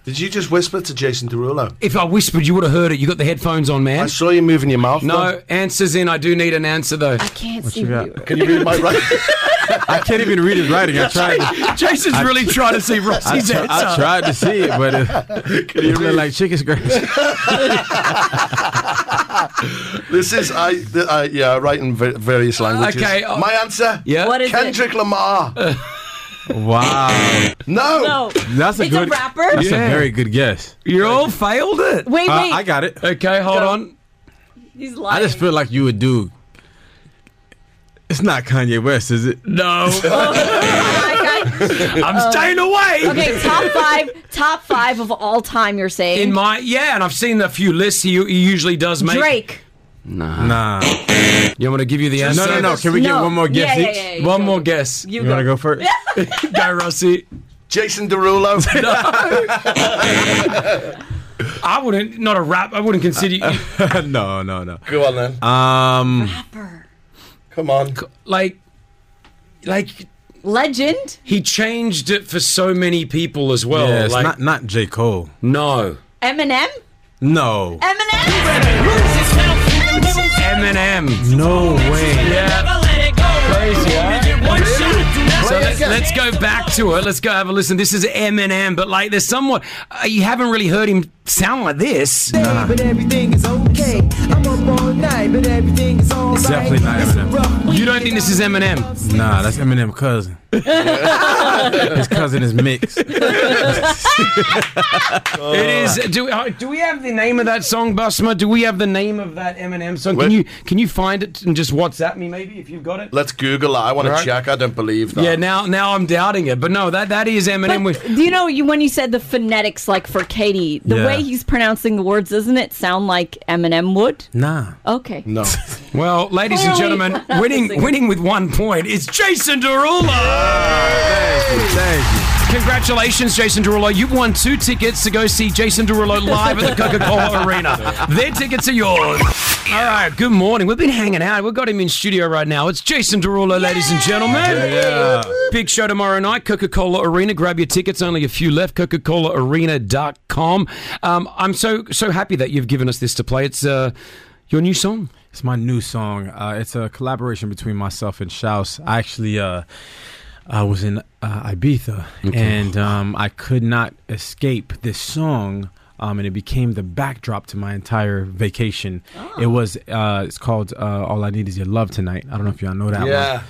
Did you just whisper to Jason Derulo? If I whispered, you would have heard it. You got the headphones on, man. I saw you moving your mouth. No answers in. I do need an answer though. I can't see you. Can you read my writing? I can't even read his writing. I tried. Jason's really trying to see Rossi's I, tr- I answer. tried to see it, but it, it looked like chicken scratch. This is I. th- I yeah, I write in va- various languages. okay, uh, my answer. Yeah. What is Kendrick Lamar. Wow. No. No. Um, That's a It's a good. rapper? That's Yeah. a very good guess. Uh, You all failed it. Wait, wait. I got it. Okay, hold on. He's I lying. just feel like you would do. It's not Kanye West, is it? No. I'm Uh, staying away. Okay, top five, top five of all time. You're saying In my yeah, and I've seen a few lists. He, he usually does make. Drake. Nah. Nah. you want me to give you the Just answer? say No, no, no. this. Can we get No. one more Yeah, guess yeah, each? yeah, yeah, one more guess. You You wanna go. go first? go, Rossi. Jason Derulo. I wouldn't. Not a rap. I wouldn't consider you. no, no, no. Go on then. Um, Come on. Like, like. Legend. He changed it for so many people as well. yeah, it's like, not not J Cole. No, Eminem. no, Eminem. No way. Yeah. Crazy, So let's, let's go back to it. Let's go have a listen. This is Eminem, but like, there's somewhat uh, you haven't really heard him sound like this. But everything is okay. I'm up all night, but everything is alright. It's definitely not It's a Eminem. rough You don't think this is Eminem? Nah, that's Eminem cousin. His cousin is mixed. It is. Do uh, do we have the name of that song, Busma? Do we have the name of that Eminem song? Can you can you find it and just WhatsApp me maybe if you've got it? Let's Google it. I want Right. to check. I don't believe that. Yeah. Now now I'm doubting it, but no, that that is Eminem. But with do you know you when you said the phonetics like for Katie, the Yeah. way he's pronouncing the words, doesn't it sound like Eminem would? Nah. Okay. No. Well, ladies and Clearly gentlemen, not winning listening. winning with one point is Jason Derulo. Congratulations, Jason Derulo. You've won two tickets to go see Jason Derulo live at the Coca-Cola Arena. Their tickets are yours. All right, good morning. We've been hanging out. We've got him in studio right now. It's Jason Derulo, ladies and gentlemen. Yeah. Big show tomorrow night, Coca-Cola Arena. Grab your tickets. Only a few left. Coca-ColaArena.com. Um, I'm so so happy that you've given us this to play. It's uh, your new song. It's my new song. Uh, it's a collaboration between myself and Shouse. I actually uh, I was in uh, Ibiza Okay. and um, I could not escape this song. Um, and it became the backdrop to my entire vacation. It was. Uh, it's called uh, "All I Need Is Your Love Tonight." I don't know if y'all know that Yeah. one.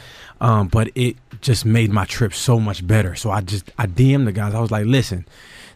Um, but it just made my trip so much better. So I just I DM'd the guys. I was like, listen,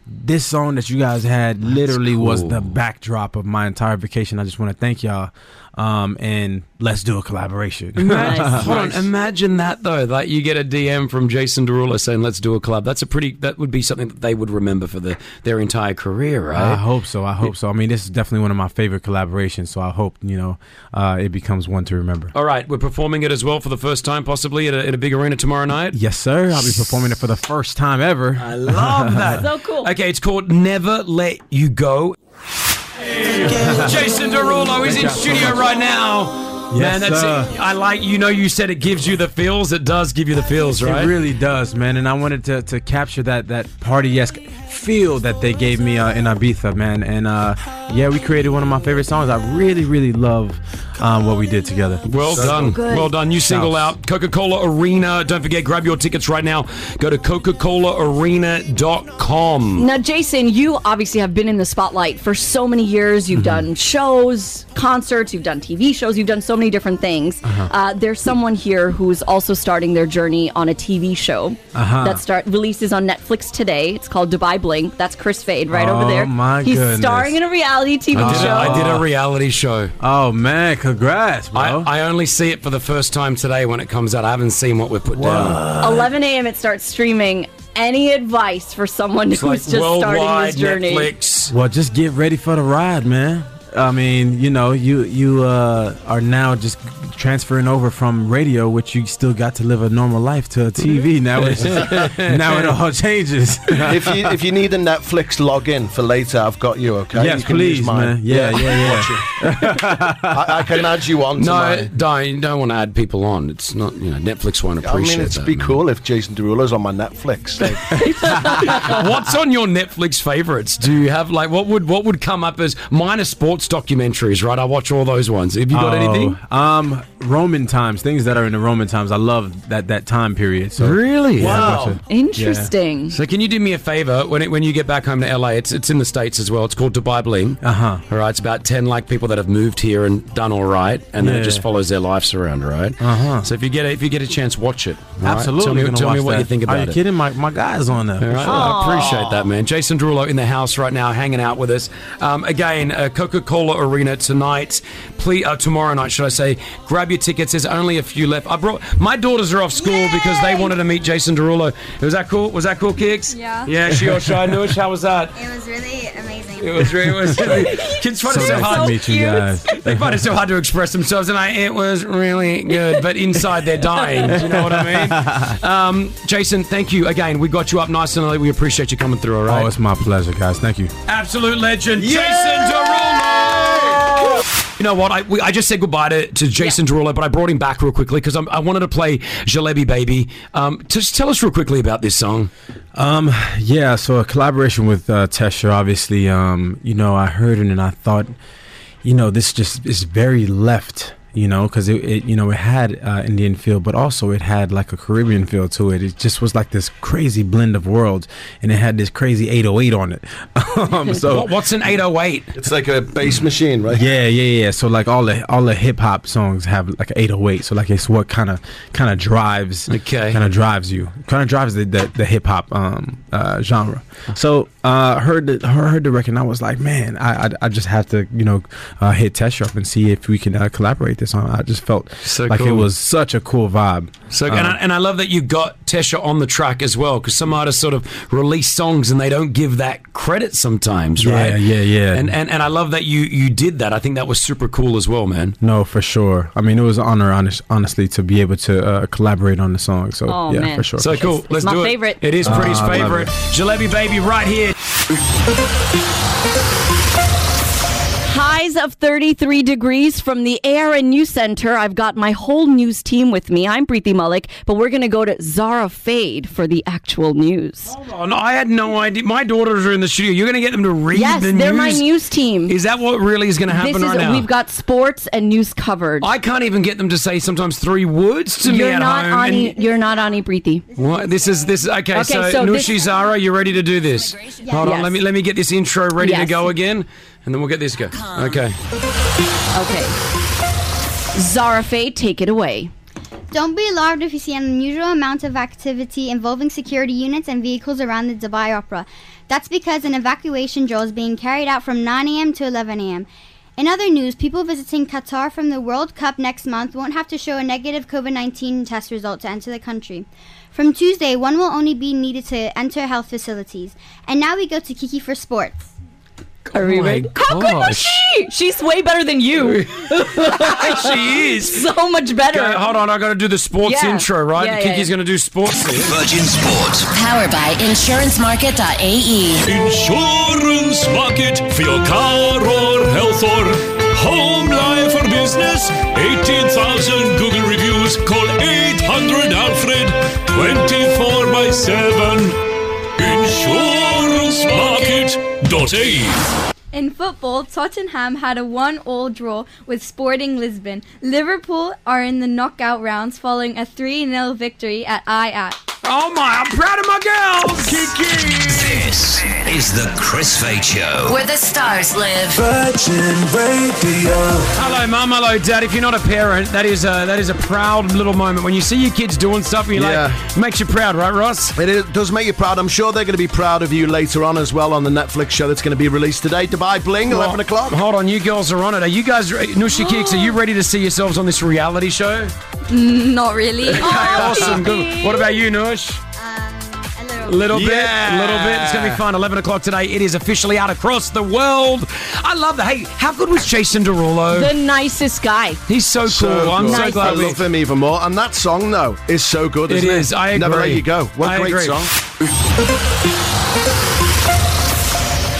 this song that you guys had literally was the backdrop of my entire vacation. I just want to thank y'all. Um, and let's do a collaboration. Nice. Hold on, imagine that though. Like you get a DM from Jason Derulo saying, "Let's do a club." That's a pretty. That would be something that they would remember for the, their entire career, right? I hope so. I hope so. I mean, this is definitely one of my favorite collaborations. So I hope you know uh, it becomes one to remember. All right, we're performing it as well for the first time, possibly at a, at a big arena tomorrow night. Yes, sir. I'll be performing it for the first time ever. I Love that. so cool. Okay, it's called "Never Let You Go." Jason Derulo is Thank in you so studio much. right now. Yes, Man, that's sir. it. I like you know you said it gives you the feels. It does give you the feels, right? It really does, man. And I wanted to, to capture that that party esque feel that they gave me uh, in Ibiza, man. And uh, yeah, we created one of my favorite songs. I really, really love um, what we did together. Well done. Well done. New single out. Coca Cola Arena. Don't forget, grab your tickets right now. Go to Coca ColaArena.com. Now, Jason, you obviously have been in the spotlight for so many years. You've Mm-hmm. done shows, concerts, you've done TV shows, you've done so many different things. Uh-huh. Uh, there's someone here who's also starting their journey on a TV show Uh-huh. that start releases on Netflix today. It's called Dubai Bling. That's Chris Fade right over Oh, there. my He's goodness. starring in a reality TV I did, show. a, I did a reality show. Oh, man. Congrats, bro. I, I only see it for the first time today when it comes out. I haven't seen what we've put down. 11 a.m. It starts streaming. Any advice for someone It's who's just like starting worldwide his journey? Netflix. Well, just get ready for the ride, man. I mean, you know, you you uh, are now just transferring over from radio, which you still got to live a normal life, to TV. Now it's now it all changes. if you if you need a Netflix login for later, I've got you. Okay. Yes, You can please, use mine. man. Yeah, yeah, watch it. I, I can add you on. to No, mine. don't you don't want to add people on. It's not you know Netflix won't I appreciate mean, it'd that. be cool if Jason Derulo's on my Netflix. Like, What's on your Netflix favorites? Do you have like what would what would come up as minor sports documentaries? Right, I watch all those ones. Have you got Oh, anything? Um, Roman times, things that are in the Roman times. I love that that time period. So Really? Yeah, I Wow. watch it. Interesting. So can you do me a favor when it, when you get back home to LA? It's it's in the states as well. It's called Dubai Bling. Uh Uh-huh. huh. All right, it's about ten like people that have moved here and done all right, and then it Yeah. Uh-huh. just follows their lives around, right? Uh huh. So if you get a, if you get a chance, watch it. all right? Absolutely, Tell me, gonna tell me watch what that. you Are think about you it. kidding? My my guy's on there. All right, I appreciate that, man. Jason Derulo in the house right now, hanging out with us. Um, again, uh, Coca Cola Arena tonight. Please, uh, tomorrow night, should I say? Grab your tickets. There's only a few left. I brought my daughters are off school because they wanted to meet Jason Derulo. Was that cool? Was that cool, Kicks? Yeah. Yeah, she or shy Noosh. How was that? It was really amazing. It was really, it was really kids find it So so nice hard to meet you guys. They find it so hard to express themselves, and I it was really good, but inside they're dying. Do you know what I mean? Um, Jason, thank you again. We got you up nice and early. We appreciate you coming through. All right. Oh, it's my pleasure, guys. Thank you. Absolute legend, Jason Derulo. You know what? I, we, I just said goodbye to, to Jason Derulo, but I brought him back real quickly because I wanted to play Jalebi Baby. Um, just tell us real quickly about this song. Um, yeah, so a collaboration with uh, Tesha, obviously. Um, you know, I heard it and I thought, you know, this just is very left. You know, because it, it, you know, it had uh, Indian feel, but also it had like a Caribbean feel to it. It just was like this crazy blend of worlds, and it had this crazy 808 on it. um, so What- what's an 808? It's like a bass machine, right? Yeah, yeah, yeah. So like all the all the hip hop songs have like an 808. So like it's what kind of kind of drives okay. kind of drives you. Kind of drives the the, the hip hop um uh, genre. So uh heard the heard the record and I was like, man, I I, I just have to, you know, uh, hit Test up and see if we can uh, collaborate this on. I just felt So like it cool. was such a cool vibe. Um, So and, I, and I love that you got Tesha on the track as well because some artists sort of release songs and they don't give that credit sometimes, Yeah, right? yeah, yeah. And, and and I love that you you did that. I think that was super cool as well, man. No, for sure. I mean, it was an honor, honest, honestly, to be able to uh, collaborate on the song. So Oh, yeah, man. for sure. So for cool. Sure. Let's do it. It is Ah, Pretty's I love favorite. it. Jalebi Baby right here. Highs of 33 degrees from the Air and News Center. I've got my whole news team with me. I'm Preeti Malik, but we're going to go to Zara Fade for the actual news. Oh, no, I had no idea. My daughters are in the studio. You're going to get them to read Yes, the they're my news team. Is that what really is going to happen This is right now? we've got sports and news covered. I can't even get them to say sometimes three words to me you're at not home. Ani, and- you're not Ani Preeti. What? This is this. Okay, Okay, so, so Nushi this- Zara, you ready to do this? Hold on, Yes. let me let me get this intro ready to Yes. go again, and then we'll get this go. Okay. Okay. Zara Fade, take it away. Don't be alarmed if you see an unusual amount of activity involving security units and vehicles around the Dubai Opera. That's because an evacuation drill is being carried out from 9 a.m. to 11 a.m. In other news, people visiting Qatar from the World Cup next month won't have to show a negative COVID 19 test result to enter the country. From Tuesday, one will only be needed to enter health facilities. And now we go to Kiki for sports. Are we ready? Oh How good was she? She's way better than you. she is. So much better. Go- hold on, I got to do the sports Yeah. intro, right? Yeah, yeah, Kiki's going to do sports. Virgin Sports. Powered by insurancemarket.ae. Insurance market for your car or health or home life or business. 18,000 Google reviews. Call 800 Alfred 24 by 7. InsuranceMarket.ae. In football, Tottenham had a one-all draw with Sporting Lisbon. Liverpool are in the knockout rounds following a 3-0 victory at Ajax. Oh my, I'm proud of my girls. This is the Chris Fade Show. Where the stars live. Virgin Radio. Hello, mum. Hello, dad. If you're not a parent, that is a, that is a proud little moment when you see your kids doing stuff. And you're like, makes you proud, right, Ross? It is- does make you proud. I'm sure they're going to be proud of you later on as well on the Netflix show that's going to be released today. Dubai Bling, 11 o'clock. Hold on, you girls are on it. Are you guys, re- Nushi Kicks, are you ready to see yourselves on this reality show? Mm, Not really. Oh, Okay, awesome. Good. What about you, Nush? Little Yeah. bit, little bit. It's gonna be fun. Eleven o'clock today. It is officially out across the world. I love that. Hey, how good was Jason Derulo? The nicest guy. He's so cool. So I'm good. so glad I we- love him even more. And that song, though, is so good, It isn't it? is. I Never agree. Let You Go. What a I great agree. song.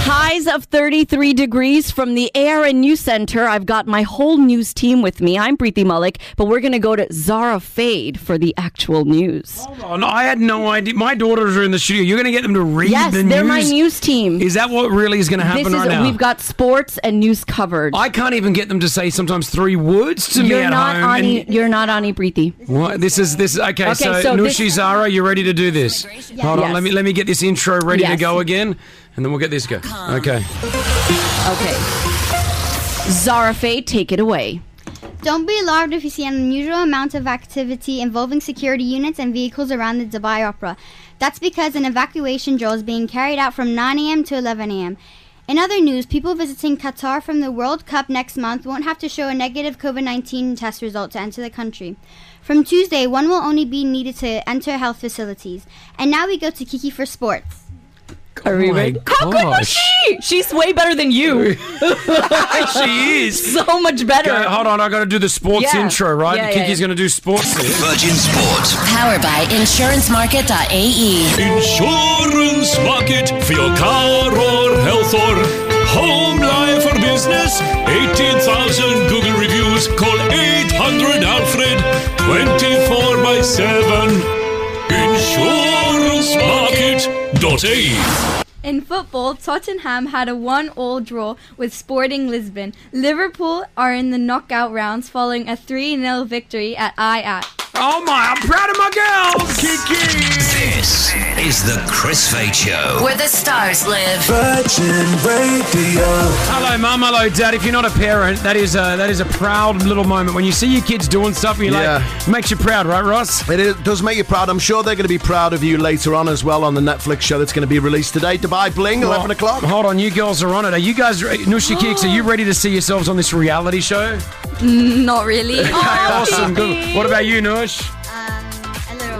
Highs of 33 degrees from the Air and News Center. I've got my whole news team with me. I'm Preeti Malik, but we're going to go to Zara Fade for the actual news. Oh, no, I had no idea. My daughters are in the studio. You're gonna get them to read Yes, the they're my news team. Is that what really is gonna happen This is right now? we've got sports and news covered. I can't even get them to say sometimes three words to me you're at not home. Ani, and- you're not Ani Preeti. What? This is this. Okay, Okay, so, so Nushi this- Zara, you ready to do this? Hold on, Yes. let me let me get this intro ready to Yes. Uh-huh. go again, and then we'll get this go. Okay. Okay. Zara Fade, take it away. Don't be alarmed if you see an unusual amount of activity involving security units and vehicles around the Dubai Opera. That's because an evacuation drill is being carried out from 9 a.m. to 11 a.m. In other news, people visiting Qatar from the World Cup next month won't have to show a negative COVID 19 test result to enter the country. From Tuesday, one will only be needed to enter health facilities. And now we go to Kiki for sports. Oh Are we ready? How good was she? She's way better than you. she is. So much better. Go- hold on, I got to do the sports Yeah. intro, right? Yeah, yeah, Kiki's going to do sports. Here. Virgin Sport. Powered by insurancemarket.ae. Insurance market for your car or health or home life or business. 18,000 Google reviews. Call 800 Alfred 24 by 7. InsuranceMarket.ae. In football, Tottenham had a one-all draw with Sporting Lisbon. Liverpool are in the knockout rounds following a 3-0 victory at Ajax. Oh my, I'm proud of my girls! This is the Chris Fade Show. Where the stars live. Hello, mum. Hello, dad. If you're not a parent, that is a, that is a proud little moment when you see your kids doing stuff and you're like, makes you proud, right, Ross? It is- does make you proud. I'm sure they're going to be proud of you later on as well on the Netflix show that's going to be released today. Dubai Bling, 11 o'clock. Hold on, you girls are on it. Are you guys, re- Nushi Kicks, are you ready to see yourselves on this reality show? Mm, Not really. Oh, Okay, awesome. Good. What about you, Nush?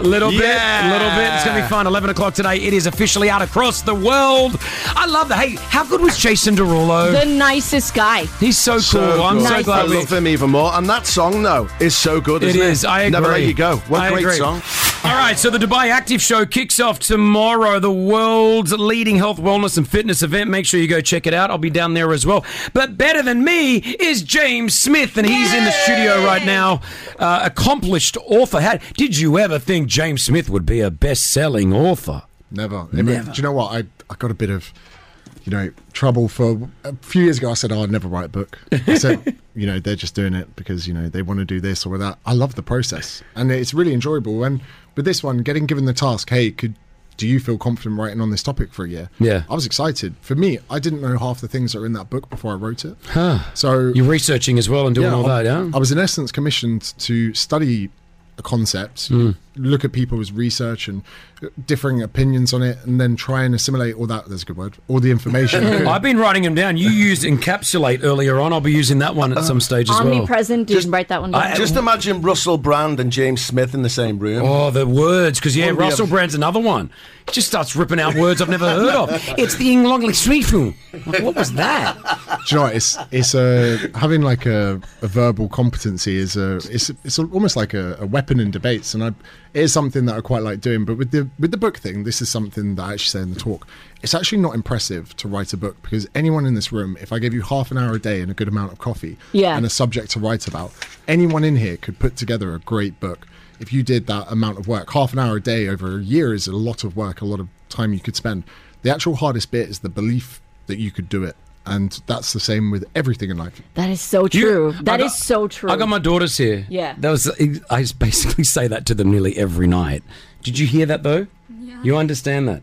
A little bit, a little bit. It's gonna be fun. Eleven o'clock today. It is officially out across the world. I love that. Hey, how good was Jason Derulo? The nicest guy. He's so cool. So I'm good. so glad I we- love him even more. And that song, though, is so good, It isn't is. I agree. Never Let You Go. What a I great agree. song. All right, so the Dubai Active Show kicks off tomorrow, the world's leading health, wellness, and fitness event. Make sure you go check it out. I'll be down there as well. But better than me is James Smith, and he's in the studio right now. Uh, accomplished author. How, did you ever think James Smith would be a best-selling author? Never. I mean, Do you know what? I, I got a bit of, you know, trouble for a few years ago. I said, oh, I'd never write a book. I said, you know, they're just doing it because, you know, they want to do this or that. I love the process and it's really enjoyable. And with this one, getting given the task, hey, could do you feel confident writing on this topic for a year? Yeah. I was excited. For me, I didn't know half the things that are in that book before I wrote it. Huh. So you're researching as well and doing all I, that, yeah? I was in essence commissioned to study a concept, Mm. look at people's research and uh, differing opinions on it, and then try and assimilate all that. That's a good word. All the information. I've been writing them down. You used encapsulate earlier on. I'll be using that one at some stage as well. Omnipresent. Didn't write that one down. Just imagine Russell Brand and James Smith in the same room. Oh, the words, because yeah, What would we Russell have? Brand's another one. He just starts ripping out words I've never heard of. It's the Inglongly Street Food. Like, what was that? Do you know what? It's it's a having like a, a verbal competency is a it's it's almost like a, a weapon in debates, and I it is something that I quite like doing. But with the with the book thing, this is something that I actually say in the talk. It's actually not impressive to write a book because anyone in this room, if I gave you half an hour a day and a good amount of coffee, Yeah. and a subject to write about, anyone in here could put together a great book. If you did that amount of work, half an hour a day over a year is a lot of work, a lot of time you could spend. The actual hardest bit is the belief that you could do it. And that's the same with everything in life. That is so true. That is I got- so true. I got my daughters here. Yeah. That was I basically say that to them nearly every night. Did you hear that though? Yeah. You understand that?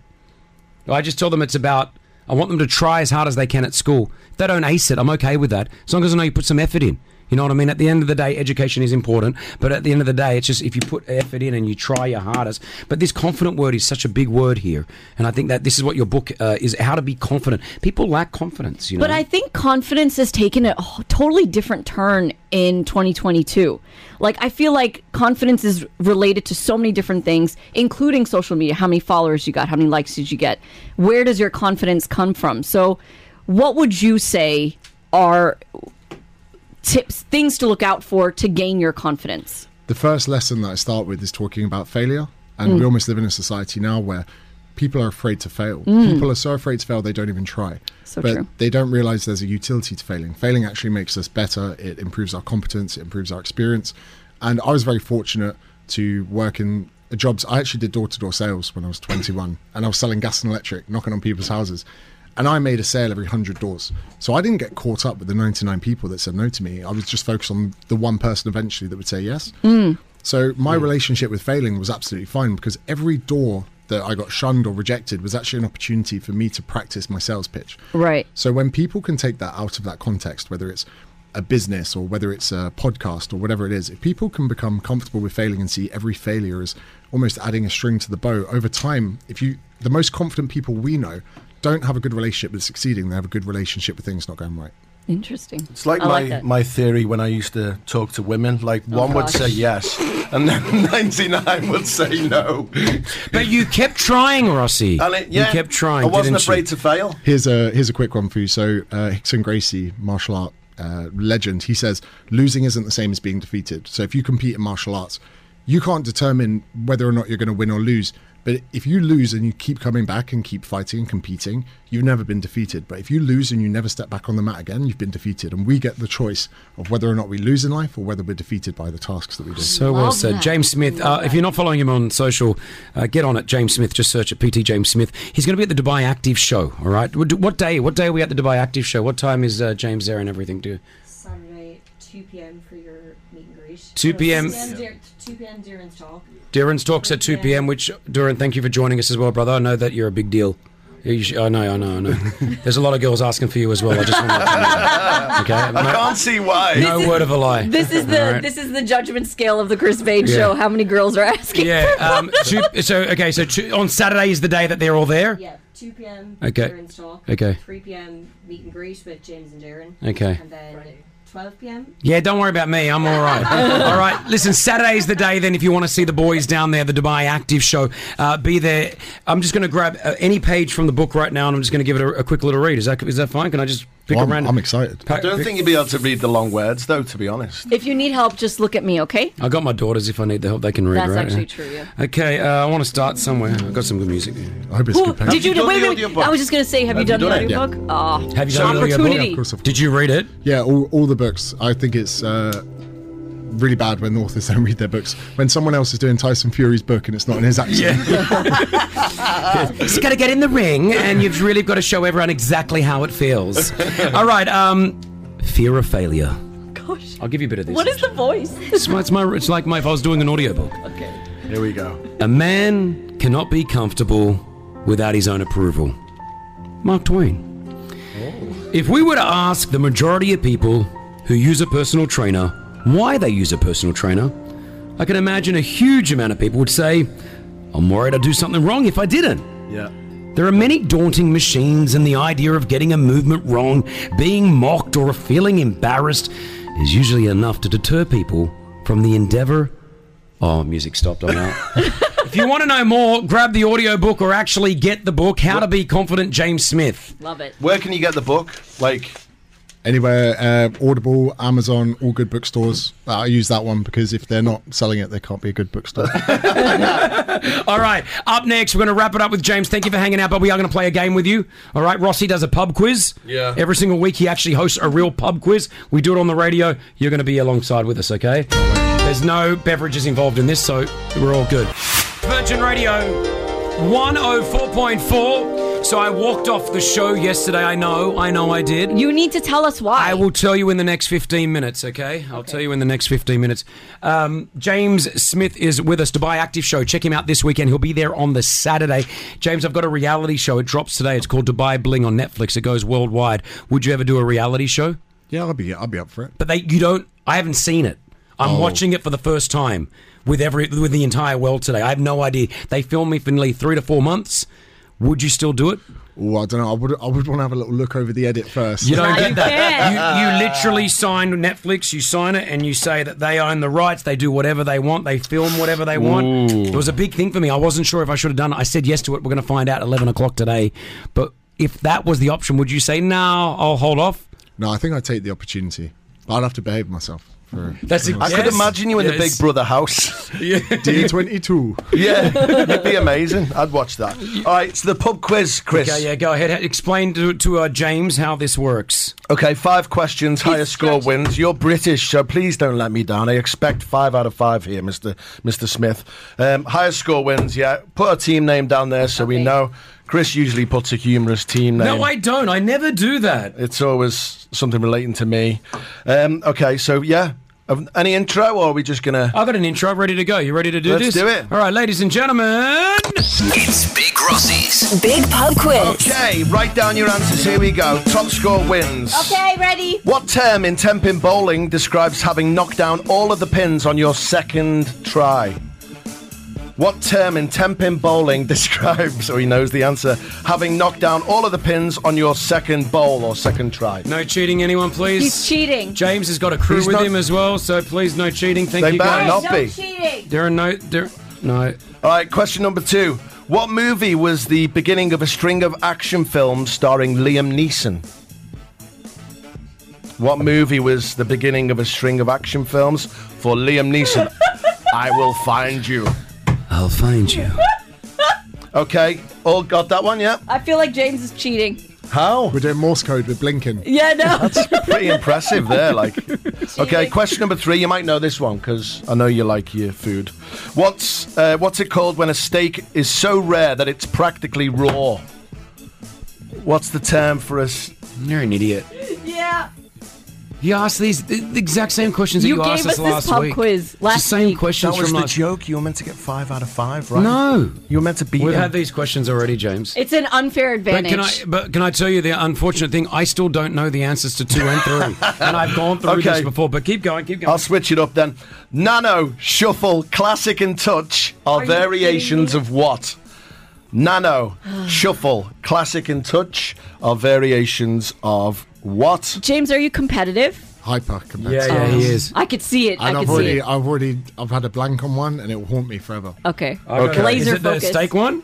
I just tell them it's about I want them to try as hard as they can at school. If they don't ace it, I'm okay with that. As long as I know you put some effort in. You know what I mean? At the end of the day, education is important, but at the end of the day, it's just if you put effort in and you try your hardest. But this confident word is such a big word here, and I think that this is what your book uh, is: how to be confident. People lack confidence, you know. But I think confidence has taken a h- totally different turn in 2022. Like, I feel like confidence is related to so many different things, including social media. How many followers you got? How many likes did you get? Where does your confidence come from? So, what would you say are tips, things to look out for to gain your confidence? the first lesson that I start with is talking about failure. And Mm. we almost live in a society now where people are afraid to fail. Mm. People are so afraid to fail, they don't even try. So but true. they don't realize there's a utility to failing. Failing actually makes us better, it improves our competence, it improves our experience. And I was very fortunate to work in jobs. I actually did door to door sales when I was 21, and I was selling gas and electric, knocking on people's houses. And I made a sale every 100 doors. So I didn't get caught up with the 99 people that said no to me. I was just focused on the one person eventually that would say yes. Mm. So my relationship with failing was absolutely fine because every door that I got shunned or rejected was actually an opportunity for me to practice my sales pitch. Right. So when people can take that out of that context, whether it's a business or whether it's a podcast or whatever it is, if people can become comfortable with failing and see every failure as almost adding a string to the bow over time, if you the most confident people we know don't have a good relationship with succeeding, they have a good relationship with things not going right. Interesting. It's like I my, that. my theory when I used to talk to women. Like Oh, one would gosh. say yes, and then ninety nine would say no. But you kept trying, Rossi. And it, yeah, I wasn't afraid to fail. Here's a here's a quick one for you. So uh, Hickson Gracie, martial art uh, legend, he says losing isn't the same as being defeated. So if you compete in martial arts, you can't determine whether or not you're going to win or lose. But if you lose and you keep coming back and keep fighting and competing, you've never been defeated. But if you lose and you never step back on the mat again, you've been defeated. And we get the choice of whether or not we lose in life or whether we're defeated by the tasks that we do. So well said, James Smith. Uh, if you're not following him on social, uh, get on it, James Smith. Just search at PT James Smith. He's going to be at the Dubai Active Show. All right. What, what day? What day are we at the Dubai Active Show? What time is uh, James there and everything? Do Saturday, 2 p.m. for your meet and greet. 2 Or p.m.. 2 p.m. Deer Hall. Darren's talks at 2 p.m. Which Darren, thank you for joining us as well, brother. I know that you're a big deal. You sh- I know, I know, I know. There's a lot of girls asking for you as well. I just want to let you know. Okay. I can't see why. No word of a lie. This is All the right. this is the judgment scale of the Chris Vade Yeah. show. How many girls are asking? Yeah. Um, two, so okay. So two, on Saturday is the day that they're all there. Yeah, 2 p.m. Okay. Deer Hall. Okay. 3 p.m. meet and greet with James and Darren. Okay. And then 12 p.m. Yeah, don't worry about me. I'm all right. all right. Listen, Saturday's the day then if you want to see the boys down there, the Dubai Active Show. Uh, be there. I'm just going to grab uh, any page from the book right now and I'm just going to give it a, a quick little read. Is that, is that fine? Can I just pick Well, a I'm- random? I'm excited. I don't think you'd be able to read the long words, though. To be honest, If you need help, just look at me, okay? I got my daughters. If I need the help, they can read. That's right? actually true, yeah. Okay, uh, I want to start somewhere. I've got some good music. I hope Who, did you, wait, wait, wait. I was just going to say, have, you done, the it? audiobook? Ah, Have you done the audiobook? opportunity. Yeah, of course, Did you read it? Yeah, all, all the books. I think it's uh, really bad when authors don't read their books. When someone else is doing Tyson Fury's book and it's not in his accent. Just got to get in the ring, and you've really got to show everyone exactly how it feels. All right, um, fear of failure. Gosh, I'll give you a bit of this. What is the voice? It's, my, it's, my, it's like my, if I was doing an audiobook. Okay. Here we go. A man cannot be comfortable without his own approval. Mark Twain. Oh. If we were to ask the majority of people who use a personal trainer why they use a personal trainer, I can imagine a huge amount of people would say, I'm worried I'd do something wrong if I didn't. Yeah. There are many daunting machines, and the idea of getting a movement wrong, being mocked, or feeling embarrassed is usually enough to deter people from the endeavor. Oh, music stopped. I'm out. if you want to know more, grab the audiobook or actually get the book, How to Be Confident, James Smith. Love it. Where can you get the book? Like Anywhere, uh, Audible, Amazon, all good bookstores. Uh, I use that one because if they're not selling it, they can't be a good bookstore. All right. Up next, we're going to wrap it up with James. Thank you for hanging out, but we are going to play a game with you. All right. Rossi does a pub quiz. Yeah. Every single week, he actually hosts a real pub quiz. We do it on the radio. You're going to be alongside with us, okay? There's no beverages involved in this, so we're all good. Virgin Radio 104.4. So I walked off the show yesterday. I know. I know I did. You need to tell us why. I will tell you in the next 15 minutes, okay? I'll tell you in the next 15 minutes. Um, James Smith is with us, Dubai Active Show. Check him out this weekend. He'll be there on the Saturday. James, I've got a reality show. It drops today. It's called Dubai Bling on Netflix. It goes worldwide. Would you ever do a reality show? yeah, I'll be I'll be up for it. But they, you don't. I haven't seen it. I'm Oh. watching it for the first time with every with the entire world today. I have no idea. They filmed me for nearly three to four months. Would you still do it? Well, I don't know. I would. I would want to have a little look over the edit first. You don't get that. You, you literally sign Netflix, you sign it, and you say that they own the rights, they do whatever they want, they film whatever they want. Ooh. It was a big thing for me. I wasn't sure if I should have done it. I said yes to it. We're going to find out at 11 o'clock today. But if that was the option, would you say, no, I'll hold off? No, I think I'd take the opportunity. I'd have to behave myself. For, That's it. I I could Yes. imagine you in the Yes. Big Brother house. D twenty two. Yeah, it'd be amazing. I'd watch that. All right, so the pub quiz, Chris. Okay, yeah, go ahead. Explain to, to uh, James how this works. Okay, five questions, highest score wins. You're British, so please don't let me down. I expect five out of five here, Mister Mister Smith. Um, highest score wins. Yeah, put a team name down there so we know. Chris usually puts a humorous team name. No, I don't. I never do that. It's always something relating to me. Um, okay, so yeah, Um, any intro, or are we just gonna? I've got an intro ready to go. You ready to do Let's this? do it. All right, ladies and gentlemen. It's Big Rossies. Big pub quiz. Okay, write down your answers. Here we go. Top score wins. Okay, ready. What term in ten pin bowling describes having knocked down all of the pins on your second try? What term in ten pin bowling describes, or he knows the answer, having knocked down all of the pins on your second bowl or second try? No cheating, anyone, please. He's cheating. James has got a crew He's with not- him as well, so please, no cheating. Thank They you, better guys. not be. There are no. There, no. All right, question number two. What movie was the beginning of a string of action films starring Liam Neeson? What movie was the beginning of a string of action films for Liam Neeson? I will find you. I'll find you. Okay, all got that one, yeah? I feel like James is cheating. How? We're doing Morse code with blinking. Yeah, no. Pretty impressive there, like. Okay, question number three. You might know this one because I know you like your food. What's uh, what's it called when a steak is so rare that it's practically raw? What's the term for us? You're an idiot. yeah. You asked these the, the exact same questions that you, You asked gave us us this last pub week. quiz It's last the same week. questions That was from the last. joke. You were meant to get five out of five, right? No, you were meant to beat. We've him. had these questions already, James. It's an unfair But advantage. can I? But can I tell you the unfortunate thing? I still don't know the answers to two and three, and I've gone through this Okay. before. But keep going, keep going. I'll switch it up then. Nano, shuffle, classic, and touch are, Are you variations of what? Nano, shuffle, classic, and touch are variations of what? James, are you competitive? Hyper Yeah, competitive. yeah, he is. Oh. I could see it. I And could I've see already, it. I've already, I've had a blank on one, and it will haunt me forever. Okay. Okay. Laser focus. one?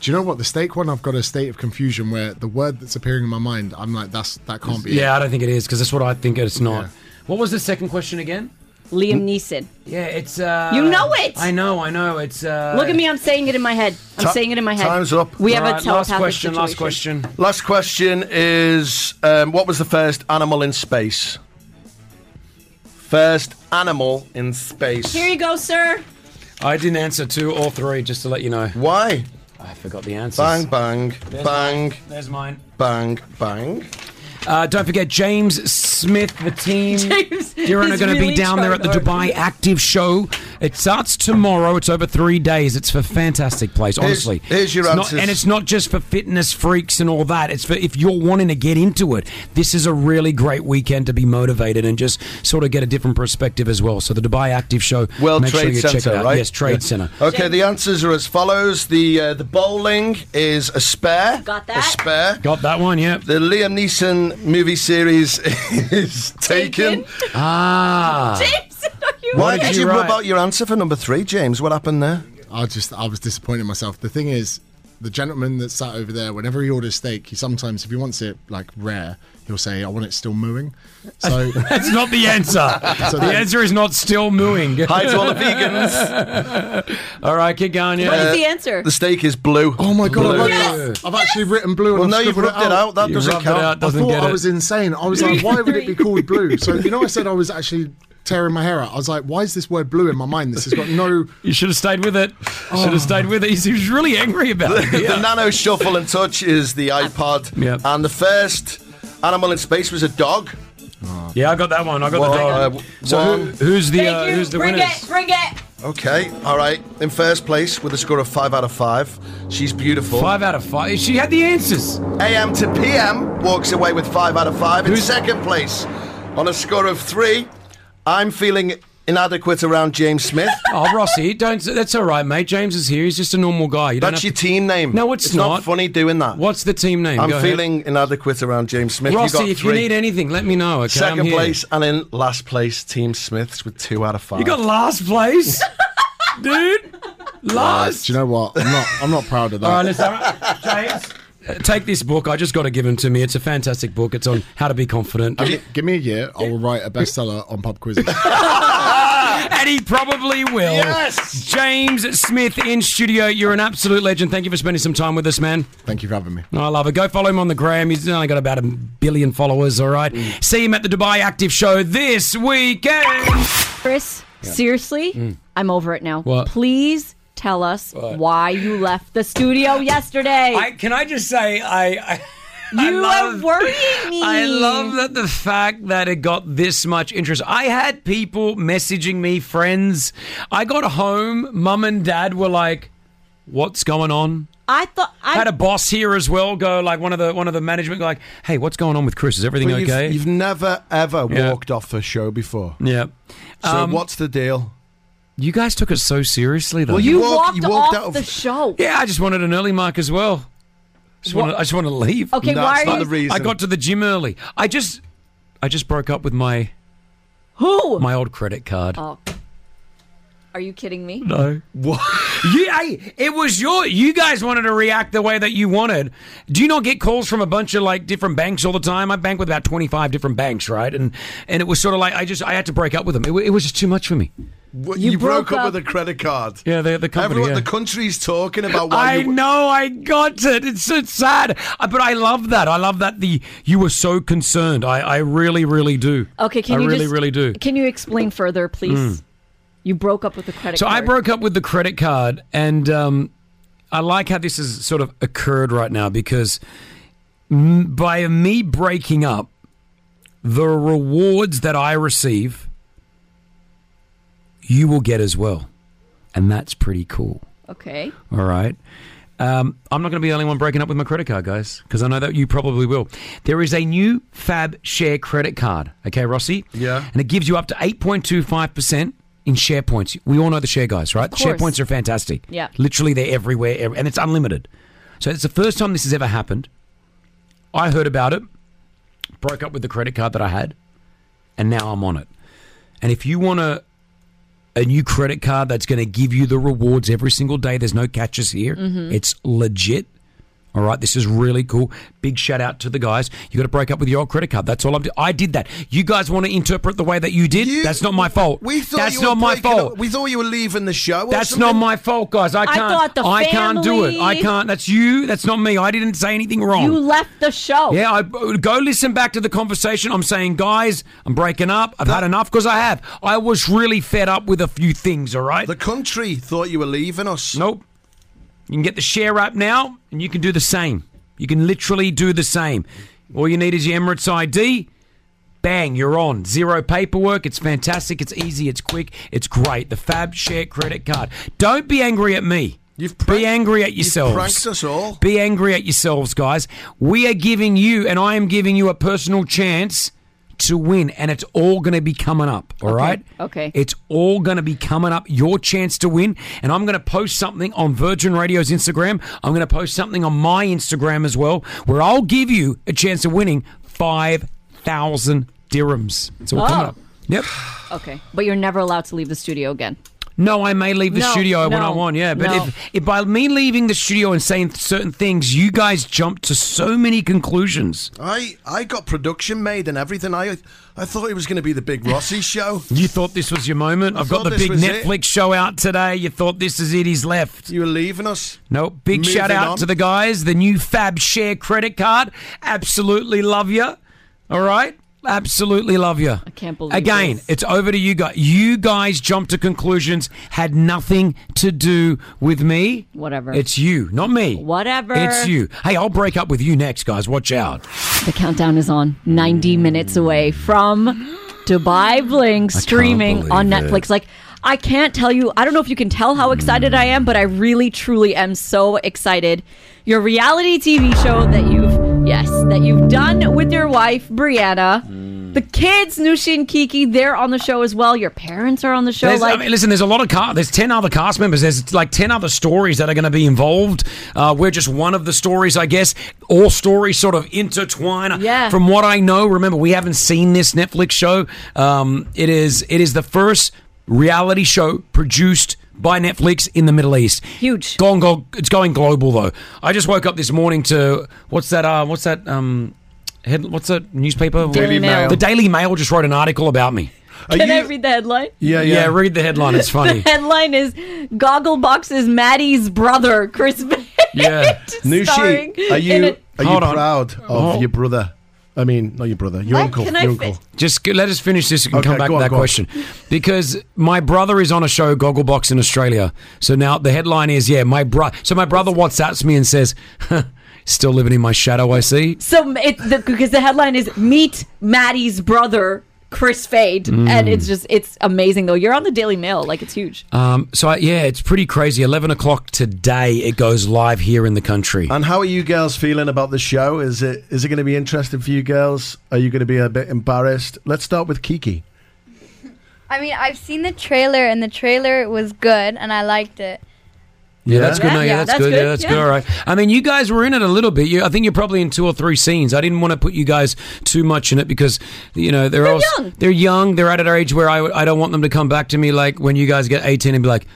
Do you know what the steak one? I've got a state of confusion where the word that's appearing in my mind, I'm like, that's that can't be. it. Yeah, I don't think it is because that's what I think it's not. What was the second question again? Liam Neeson. Yeah, it's. Uh, You know it! I know, I know. It's. Uh, Look at me. I'm saying it in my head. I'm Ti- saying it in my head. Time's up. We have a telepathic last situation. question. Last question is um, what was the first animal in space? First animal in space. Here you go, sir. I didn't answer two or three, just to let you know. Why? I forgot the answers. Bang, bang, There's bang, mine. There's mine. bang, bang. Uh, don't forget James Smith, the team. James Duran are is going to be really down there at the trying hard. Dubai Active Show. It starts tomorrow. It's over three days. It's for fantastic place, Here's- honestly. here's your It's not- answers. and it's not just for fitness freaks and all that. It's for if you're wanting to get into it. This is a really great weekend to be motivated and just sort of get a different perspective as well. So the Dubai Active Show. World make sure Trade you check it Center, out. right? Yes, Trade Yeah. Center. Okay, the answers are as follows. The uh, the bowling is a spare. Got that? A spare. Got that one, yeah. The Liam Neeson movie series is taken. Ah. James, are you Why okay? did you You're rub right. out your answer for number three, James? What happened there? I just, I was disappointed in myself. The thing is, the gentleman that sat over there, whenever he orders steak, he sometimes, if he wants it like rare, he'll say, "I want it still mooing." So That's not the answer. So the then- answer is not still mooing. Hi to all the vegans. all right, keep going. Yeah. What is the answer? The steak is blue. Oh my god! Blue. I've, I've actually written blue. Well, and no, I've you've scribbled rubbed it out. That You doesn't rubbed it count. out, doesn't I thought get I it. was insane. I was like, why would it be called blue? So you know, I said I was actually tearing my hair out. I was like, why is this word blue in my mind? This has got no. You should have stayed with it. Should have stayed with it. He's- He was really angry about The, it. Yeah. Nano Shuffle and Touch is the iPod. And the first animal in space was a dog. Yeah, I got that one. I got the Well, dog. uh, so well- who, who's the uh, who's the Bring winners? it. Bring it. Okay, all right. In first place with a score of five out of five. She's beautiful. Five out of five. She had the answers. AM to PM walks away with five out of five. In second place on a score of three, I'm feeling inadequate around James Smith. oh, Rossi, don't. That's all right, mate. James is here. He's just a normal guy. You don't That's have your team name. No, it's not. not. funny doing that. What's the team name? I'm Go ahead. feeling inadequate around James Smith. Rossi, got if you three. need anything, let me know. Okay, Second I'm here. place and in last place, Team Smiths with two out of five. You got last place, dude. Last. Uh, Do you know what? I'm not. I'm not proud of that. All right, listen, all right, James. uh, Take this book. I just got to give him to me. It's a fantastic book. It's on how to be confident. Give, give me a year. I will write a bestseller on pub quizzes. and he probably will. Yes. James Smith in studio. You're an absolute legend. Thank you for spending some time with us, man. Thank you for having me. I love it. Go follow him on the gram. He's only got about a billion followers. All right. See him at the Dubai Active Show this weekend. Chris, seriously, Mm. I'm over it now. What? Please tell us What? why you left the studio yesterday. I, can I just say I. I you love- are worrying me. I love that the fact that it got this much interest. I had people messaging me, friends. I got home, mum and dad were like, "What's going on?" I thought I had a boss here as well. Go like one of the one of the management go like, "Hey, what's going on with Chris? Is everything Well, you've- okay?" You've, never ever Yeah. walked off a show before. yeah. So Um, what's the deal? You guys took it so seriously, though. Well, you, walked, off the show. Yeah, I just wanted an early mark as well. Just wanted, I just want to leave. Okay, No, why that's are not you- the I reason. got to the gym early. I just, I just broke up with my who? My old credit card. Oh. Are you kidding me? No. What? you, hey, it was your. You guys wanted to react the way that you wanted. Do you not get calls from a bunch of like different banks all the time? I bank with about twenty five different banks, right? And and it was sort of like I just I had to break up with them. It, wa- it was just too much for me. You, broke, up, with a credit card. Yeah, the, the company. Everyone, yeah. the country's talking about why I you. know, I got it. It's so sad, Uh, but I love that. I love that the you were so concerned. I, I really, really do. Okay, can I you really, just, really do. Can you explain further, please? Mm. You broke up with the credit So card. I broke up with the credit card, and um, I like how this has sort of occurred right now because m- by me breaking up, the rewards that I receive, you will get as well, and that's pretty cool. Okay. All right. Um, I'm not going to be the only one breaking up with my credit card, guys, because I know that you probably will. There is a new Fab Share credit card, okay, Rossi? Yeah. And it gives you up to 8.25% in share points. We all know the share guys, right? Of share course. points are fantastic. Yeah. Literally, they're everywhere, ev- and it's unlimited. So it's the first time this has ever happened. I heard about it, broke up with the credit card that I had, and now I'm on it. And if you want to a new credit card that's going to give you the rewards every single day. There's no catches here. Mm-hmm. Mhm. It's legit. All right, this is really cool. Big shout out to the guys. You got to break up with your old credit card. That's all I'm. Do- I did that. You guys want to interpret the way that you did? that's not my fault. We thought that's you not were my breaking fault. up- We thought you were leaving the show. or That's something. not my fault, guys. I I can't. thought the I can't do it. I family- can't. That's you. That's not me. I didn't say anything wrong. You left the show. Yeah, I go listen back to the conversation. I'm saying, guys, I'm breaking up. I've had enough because I have. I was really fed up with a few things. All right. The country thought you were leaving us. Nope. You can get the share app now, and you can do the same. You can literally do the same. All you need is your Emirates ID. Bang, you're on. Zero paperwork. It's fantastic. It's easy. It's quick. It's great. The Fab Share credit card. Don't be angry at me. You've be angry at yourselves. pranked us all. Be angry at yourselves, guys. We are giving you, and I am giving you, a personal chance to win, and it's all going to be coming up. All right. Okay. It's all going to be coming up. Your chance to win. And I'm going to post something on Virgin Radio's Instagram. I'm going to post something on my Instagram as well, where I'll give you a chance of winning 5,000 dirhams. It's all coming Oh. up. Yep. Okay. But you're never allowed to leave the studio again. No, I may leave the No, studio when I no, want, yeah. But no. if, if by me leaving the studio and saying certain things, you guys jump to so many conclusions. I I got production made and everything. I I thought it was going to be the big Rossi show. You thought this was your moment? I I've got thought the this big was Netflix show out today. You thought this is it? He's left. You were leaving us. Nope. Big Moving shout out on. to the guys. The new Fab Share credit card. Absolutely love you. All right. Absolutely love you. I can't believe Again, this. it's over to you guys. You guys jumped to conclusions, had nothing to do with me. Whatever. It's you, not me. Whatever. It's you. Hey, I'll break up with you next, guys. Watch out. The countdown is on. 90 minutes away from Dubai Bling streaming on believe Netflix. it. Like, I can't tell you, I don't know if you can tell how excited I am, but I really, truly am so excited. Your reality TV show that you've, yes, that you've done with your wife, Brianna, Mm. The kids, Nushi and Kiki, they're on the show as well. Your parents are on the show. There's- like, I mean, listen, there's a lot of car. There's ten other cast members. There's like ten other stories that are going to be involved. Uh, we're just one of the stories, I guess. All stories sort of intertwine. Yeah. From what I know, remember we haven't seen this Netflix show. Um, it is it is the first reality show produced by Netflix in the Middle East. Huge. Gone, go, it's going global though. I just woke up this morning to what's that? Uh, what's that? Um, head, what's that newspaper? Daily Mail. The Daily Mail just wrote an article about me. can I read the headline? yeah. Read the headline. It's funny. the headline is Gogglebox is Maddie's brother, Chris. Van." Yeah. Starring Nushi, are in you a- are you Hold on. proud of Oh. your brother? I mean, not your brother, your What? uncle. Can I your fi- uncle. Just g- let us finish this and Okay, come back go to on, that go on. question. Because my brother is on a show, Gogglebox, in Australia. So now the headline is, yeah, my bro. So my brother WhatsApps me and says, still living in my shadow, I see. So it the, because the headline is "Meet Maddie's brother, Chris Fade," Mm. and it's just it's amazing though. You're on the Daily Mail, like it's huge. Um, so, I, yeah, it's pretty crazy. 11 o'clock today, it goes live here in the country. And how are you girls feeling about the show? Is it is it going to be interesting for you girls? Are you going to be a bit embarrassed? Let's start with Kiki. I mean, I've seen the trailer, and the trailer was good, and I liked it. Yeah, that's good. No, Yeah, yeah, that's, good. Yeah, that's good. All right. I mean, you guys were in it a little bit. You, I think you're probably in two or three scenes. I didn't want to put you guys too much in it because you know they're, all young. they're young. They're at an age where I, would- I don't want them to come back to me like when you guys get 18 and be like,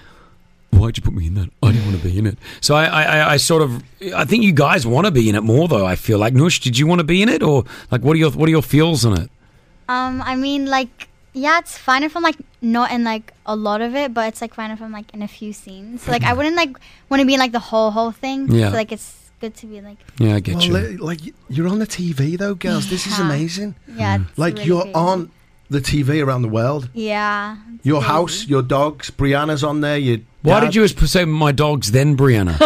"Why'd you put me in that? I didn't want to be in it." So I I, I, I sort of I think you guys want to be in it more though. I feel like Noosh, did you want to be in it or like what are your what are your feels on it? Um, I mean, like, yeah, it's fine if I'm like not in like a lot of it, but it's like fine if I'm like in a few scenes. So, like, I wouldn't like want to be in like the whole whole thing. Yeah. So, like, it's good to be like. Yeah, I get Well, you. li- Like you're on the TV though, girls. This is Yeah. amazing. Mm. Yeah. it's Like really you're crazy. on the TV around the world. Yeah. it's Your crazy. house, your dogs, Brianna's on there. Your Why dad, did you say my dogs then, Brianna?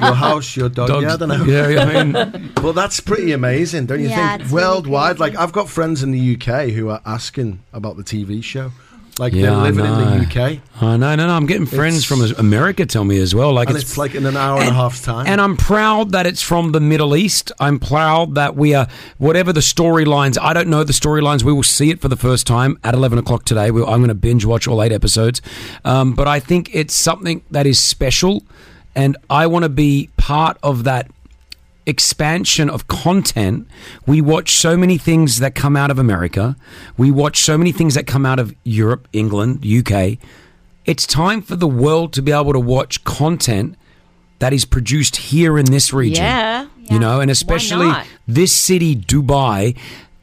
your house, your dog? Dogs- yeah, I don't know. Yeah, I well, that's pretty amazing, don't you Yeah, think? it's really Worldwide, like I've got friends in the UK who are asking about the TV show. Like Yeah, they're I living in know. the UK, I know, Uh, no, no. I'm getting friends from America tell me as well. Like and it's, it's, like in an hour and, a half's time. And I'm proud that it's from the Middle East. I'm proud that we are, whatever the storylines, I don't know the storylines. We will see it for the first time at 11 o'clock today. We, I'm going to binge watch all eight episodes. Um, but I think it's something that is special. And I want to be part of that expansion of content. We watch so many things that come out of America, we watch so many things that come out of Europe, England, UK. It's time for the world to be able to watch content that is produced here in this region. Yeah. You know, and especially not? this city, Dubai.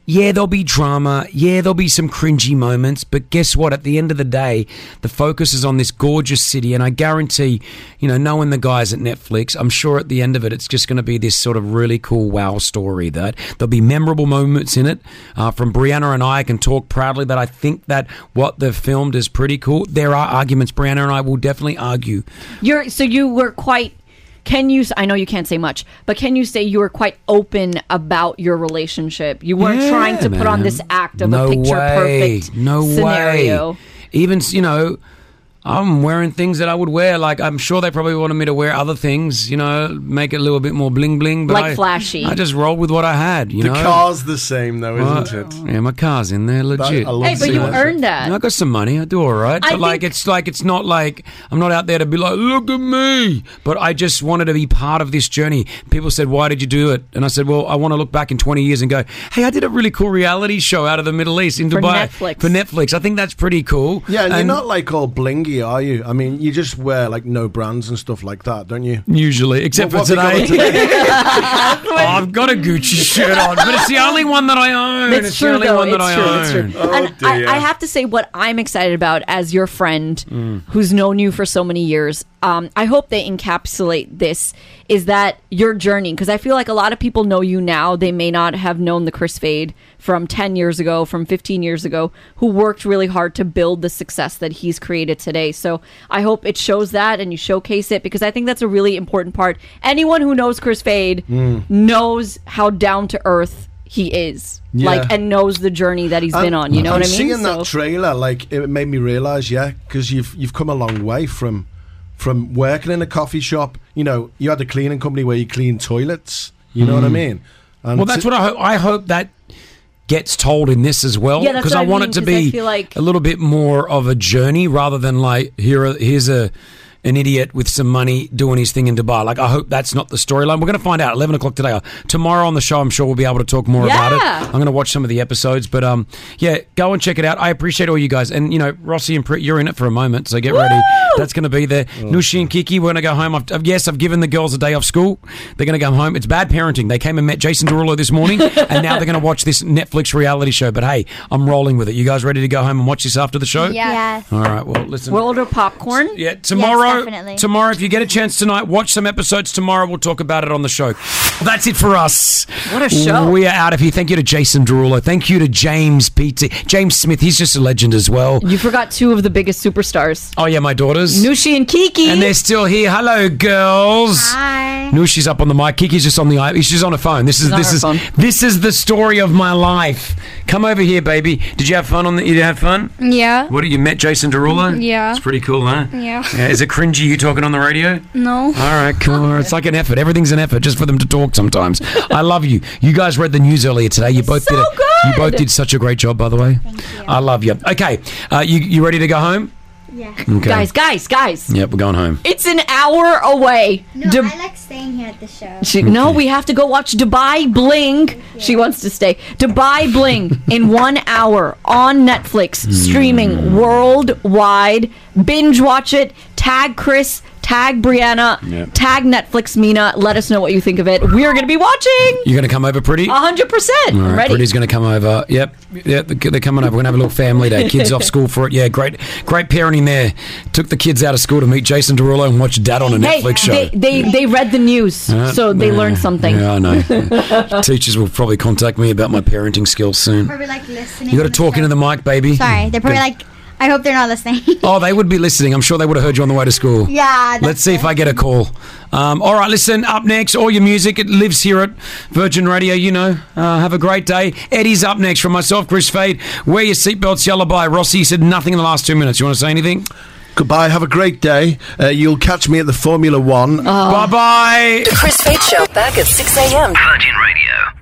Yeah, there'll be drama. Yeah, there'll be some cringy moments. But guess what? At the end of the day, the focus is on this gorgeous city. And I guarantee, you know, knowing the guys at Netflix, I'm sure at the end of it, it's just going to be this sort of really cool wow story that there'll be memorable moments in it. Uh, from Brianna and I, I can talk proudly that I think that what they've filmed is pretty cool. There are arguments. Brianna and I will definitely argue. You're so you were quite. Can you? s- I know you can't say much, but can you say you were quite open about your relationship? You weren't Yeah, trying to put on man. this act of No a picture way. perfect no scenario. Way. Even s- you know, I'm wearing things that I would wear. Like I'm sure they probably wanted me to wear other things. You know, make it a little bit more bling bling. But Like I- flashy. I just rolled with what I had. You the know, car's the same though, isn't Uh, it? Yeah, my car's in there, legit. I love Hey, but seeing you that. earned that. I got some money. I do all right. I But like, it's like it's not like I'm not out there to be like, look at me. But I just wanted to be part of this journey. People said, why did you do it? And I said, well, I want to look back in 20 years and go, hey, I did a really cool reality show out of the Middle East in For Dubai Netflix. for Netflix. I think that's pretty cool. Yeah, and, And- you're not like all blingy, are you? I mean, you just wear like no brands and stuff like that, don't you? Usually, except for today. Oh, I've got a Gucci shirt on, but it's the only one that I own. It's true, the only though. one that It's I true. own. It's true. Oh, and I, I have to say what I'm excited about as your friend Mm. who's known you for so many years. Um, I hope they encapsulate this is that your journey because I feel like a lot of people know you now. They may not have known the Chris Fade from 10 years ago, from 15 years ago, who worked really hard to build the success that he's created today. So I hope it shows that and you showcase it because I think that's a really important part. Anyone who knows Chris Fade Mm. knows how down to earth he is. Yeah. Like and knows the journey that he's been on. You know I'm what I mean? Seeing that trailer, like it made me realize, yeah, because you've you've come a long way from from working in a coffee shop. You know, you had a cleaning company where you clean toilets. You know what I Mm. mean? well, that's what I hope. I hope that gets told in this as well Yeah, that's because what I I want mean, it to 'cause I be feel like- a little bit more of a journey rather than like here are, here's a an idiot with some money doing his thing in Dubai. Like I hope that's not the storyline. We're going to find out at eleven o'clock today. Tomorrow on the show, I'm sure we'll be able to talk more about Yeah. it. I'm going to watch some of the episodes, but um, yeah, go and check it out. I appreciate all you guys, and you know, Rossi and Prit, you're in it for a moment, so get ready. That's going to be there. Nushi and Kiki, we're going to go home. I've, I've- yes, I've given the girls a day off school. They're going to go home. It's bad parenting. They came and met Jason Derulo this morning, and now they're going to watch this Netflix reality show. But hey, I'm rolling with it. You guys ready to go home and watch this after the show? Yes. All right. Well, listen. We'll order popcorn. Yeah, Tomorrow, tomorrow, if you get a chance tonight, watch some episodes. Tomorrow, we'll talk about it on the show. That's it for us. What a show. We are out of here. Thank you to Jason Derulo. Thank you to James PT. James Smith. He's just a legend as well. You forgot two of the biggest superstars. Oh yeah, my daughters. Nushi and Kiki. And they're still here. Hello, girls. Hi. Nushi's up on the mic. Kiki's just on the. i- She's on her phone. This is She's on this her is phone. this is the story of my life. Come over here, baby. Did you have fun on the? You have fun. Yeah. What you met Jason Derulo? Yeah. It's pretty cool, huh? Yeah. Yeah, is it cringy you talking on the radio? No. All right, cool. It's like an effort. Everything's an effort just for them to talk sometimes. I love you. You guys read the news earlier today. You both did a, You both did such a great job, by the way. I love you. Okay, uh, you you ready to go home? Yeah. Okay. Guys, guys, guys. Yep, we're going home. It's an hour away. No, Du- I like staying here at the show. She, No, we have to go watch Dubai Bling. She wants to stay. Dubai Bling in one hour on Netflix, Mm. streaming worldwide. Binge watch it. Tag Chris. Tag Brianna. Yep. Tag Netflix Mina. Let us know what you think of it. We're going to be watching. You're gonna come over, pretty. 100%. All I'm right, ready. Pretty's going to come over. Yep, yep, they're they're coming over. We're going to have a little family day. Kids off school for it. Yeah, great, great parenting there. Took the kids out of school to meet Jason Derulo and watch Dad on a hey, Netflix show. They, they, they read the news, Uh, so they yeah, learned something. Yeah, I know. Teachers will probably contact me about my parenting skills soon. Probably like listening. Mm. You got to talk into the mic, baby. Sorry, they're probably Good. like, I hope they're not listening. Oh, they would be listening. I'm sure they would have heard you on the way to school. yeah. Let's see if I get a call. Um, all right, listen, up next, all your music, it lives here at Virgin Radio, you know. Uh, have a great day. Eddie's up next from myself, Chris Fade. Wear your seatbelts, yellow by. Rossi said nothing in the last two minutes. You want to say anything? Goodbye. Have a great day. Uh, you'll catch Oh. me at the Formula One. Bye bye. The Chris Fade Show back at 6 a.m. Virgin Radio.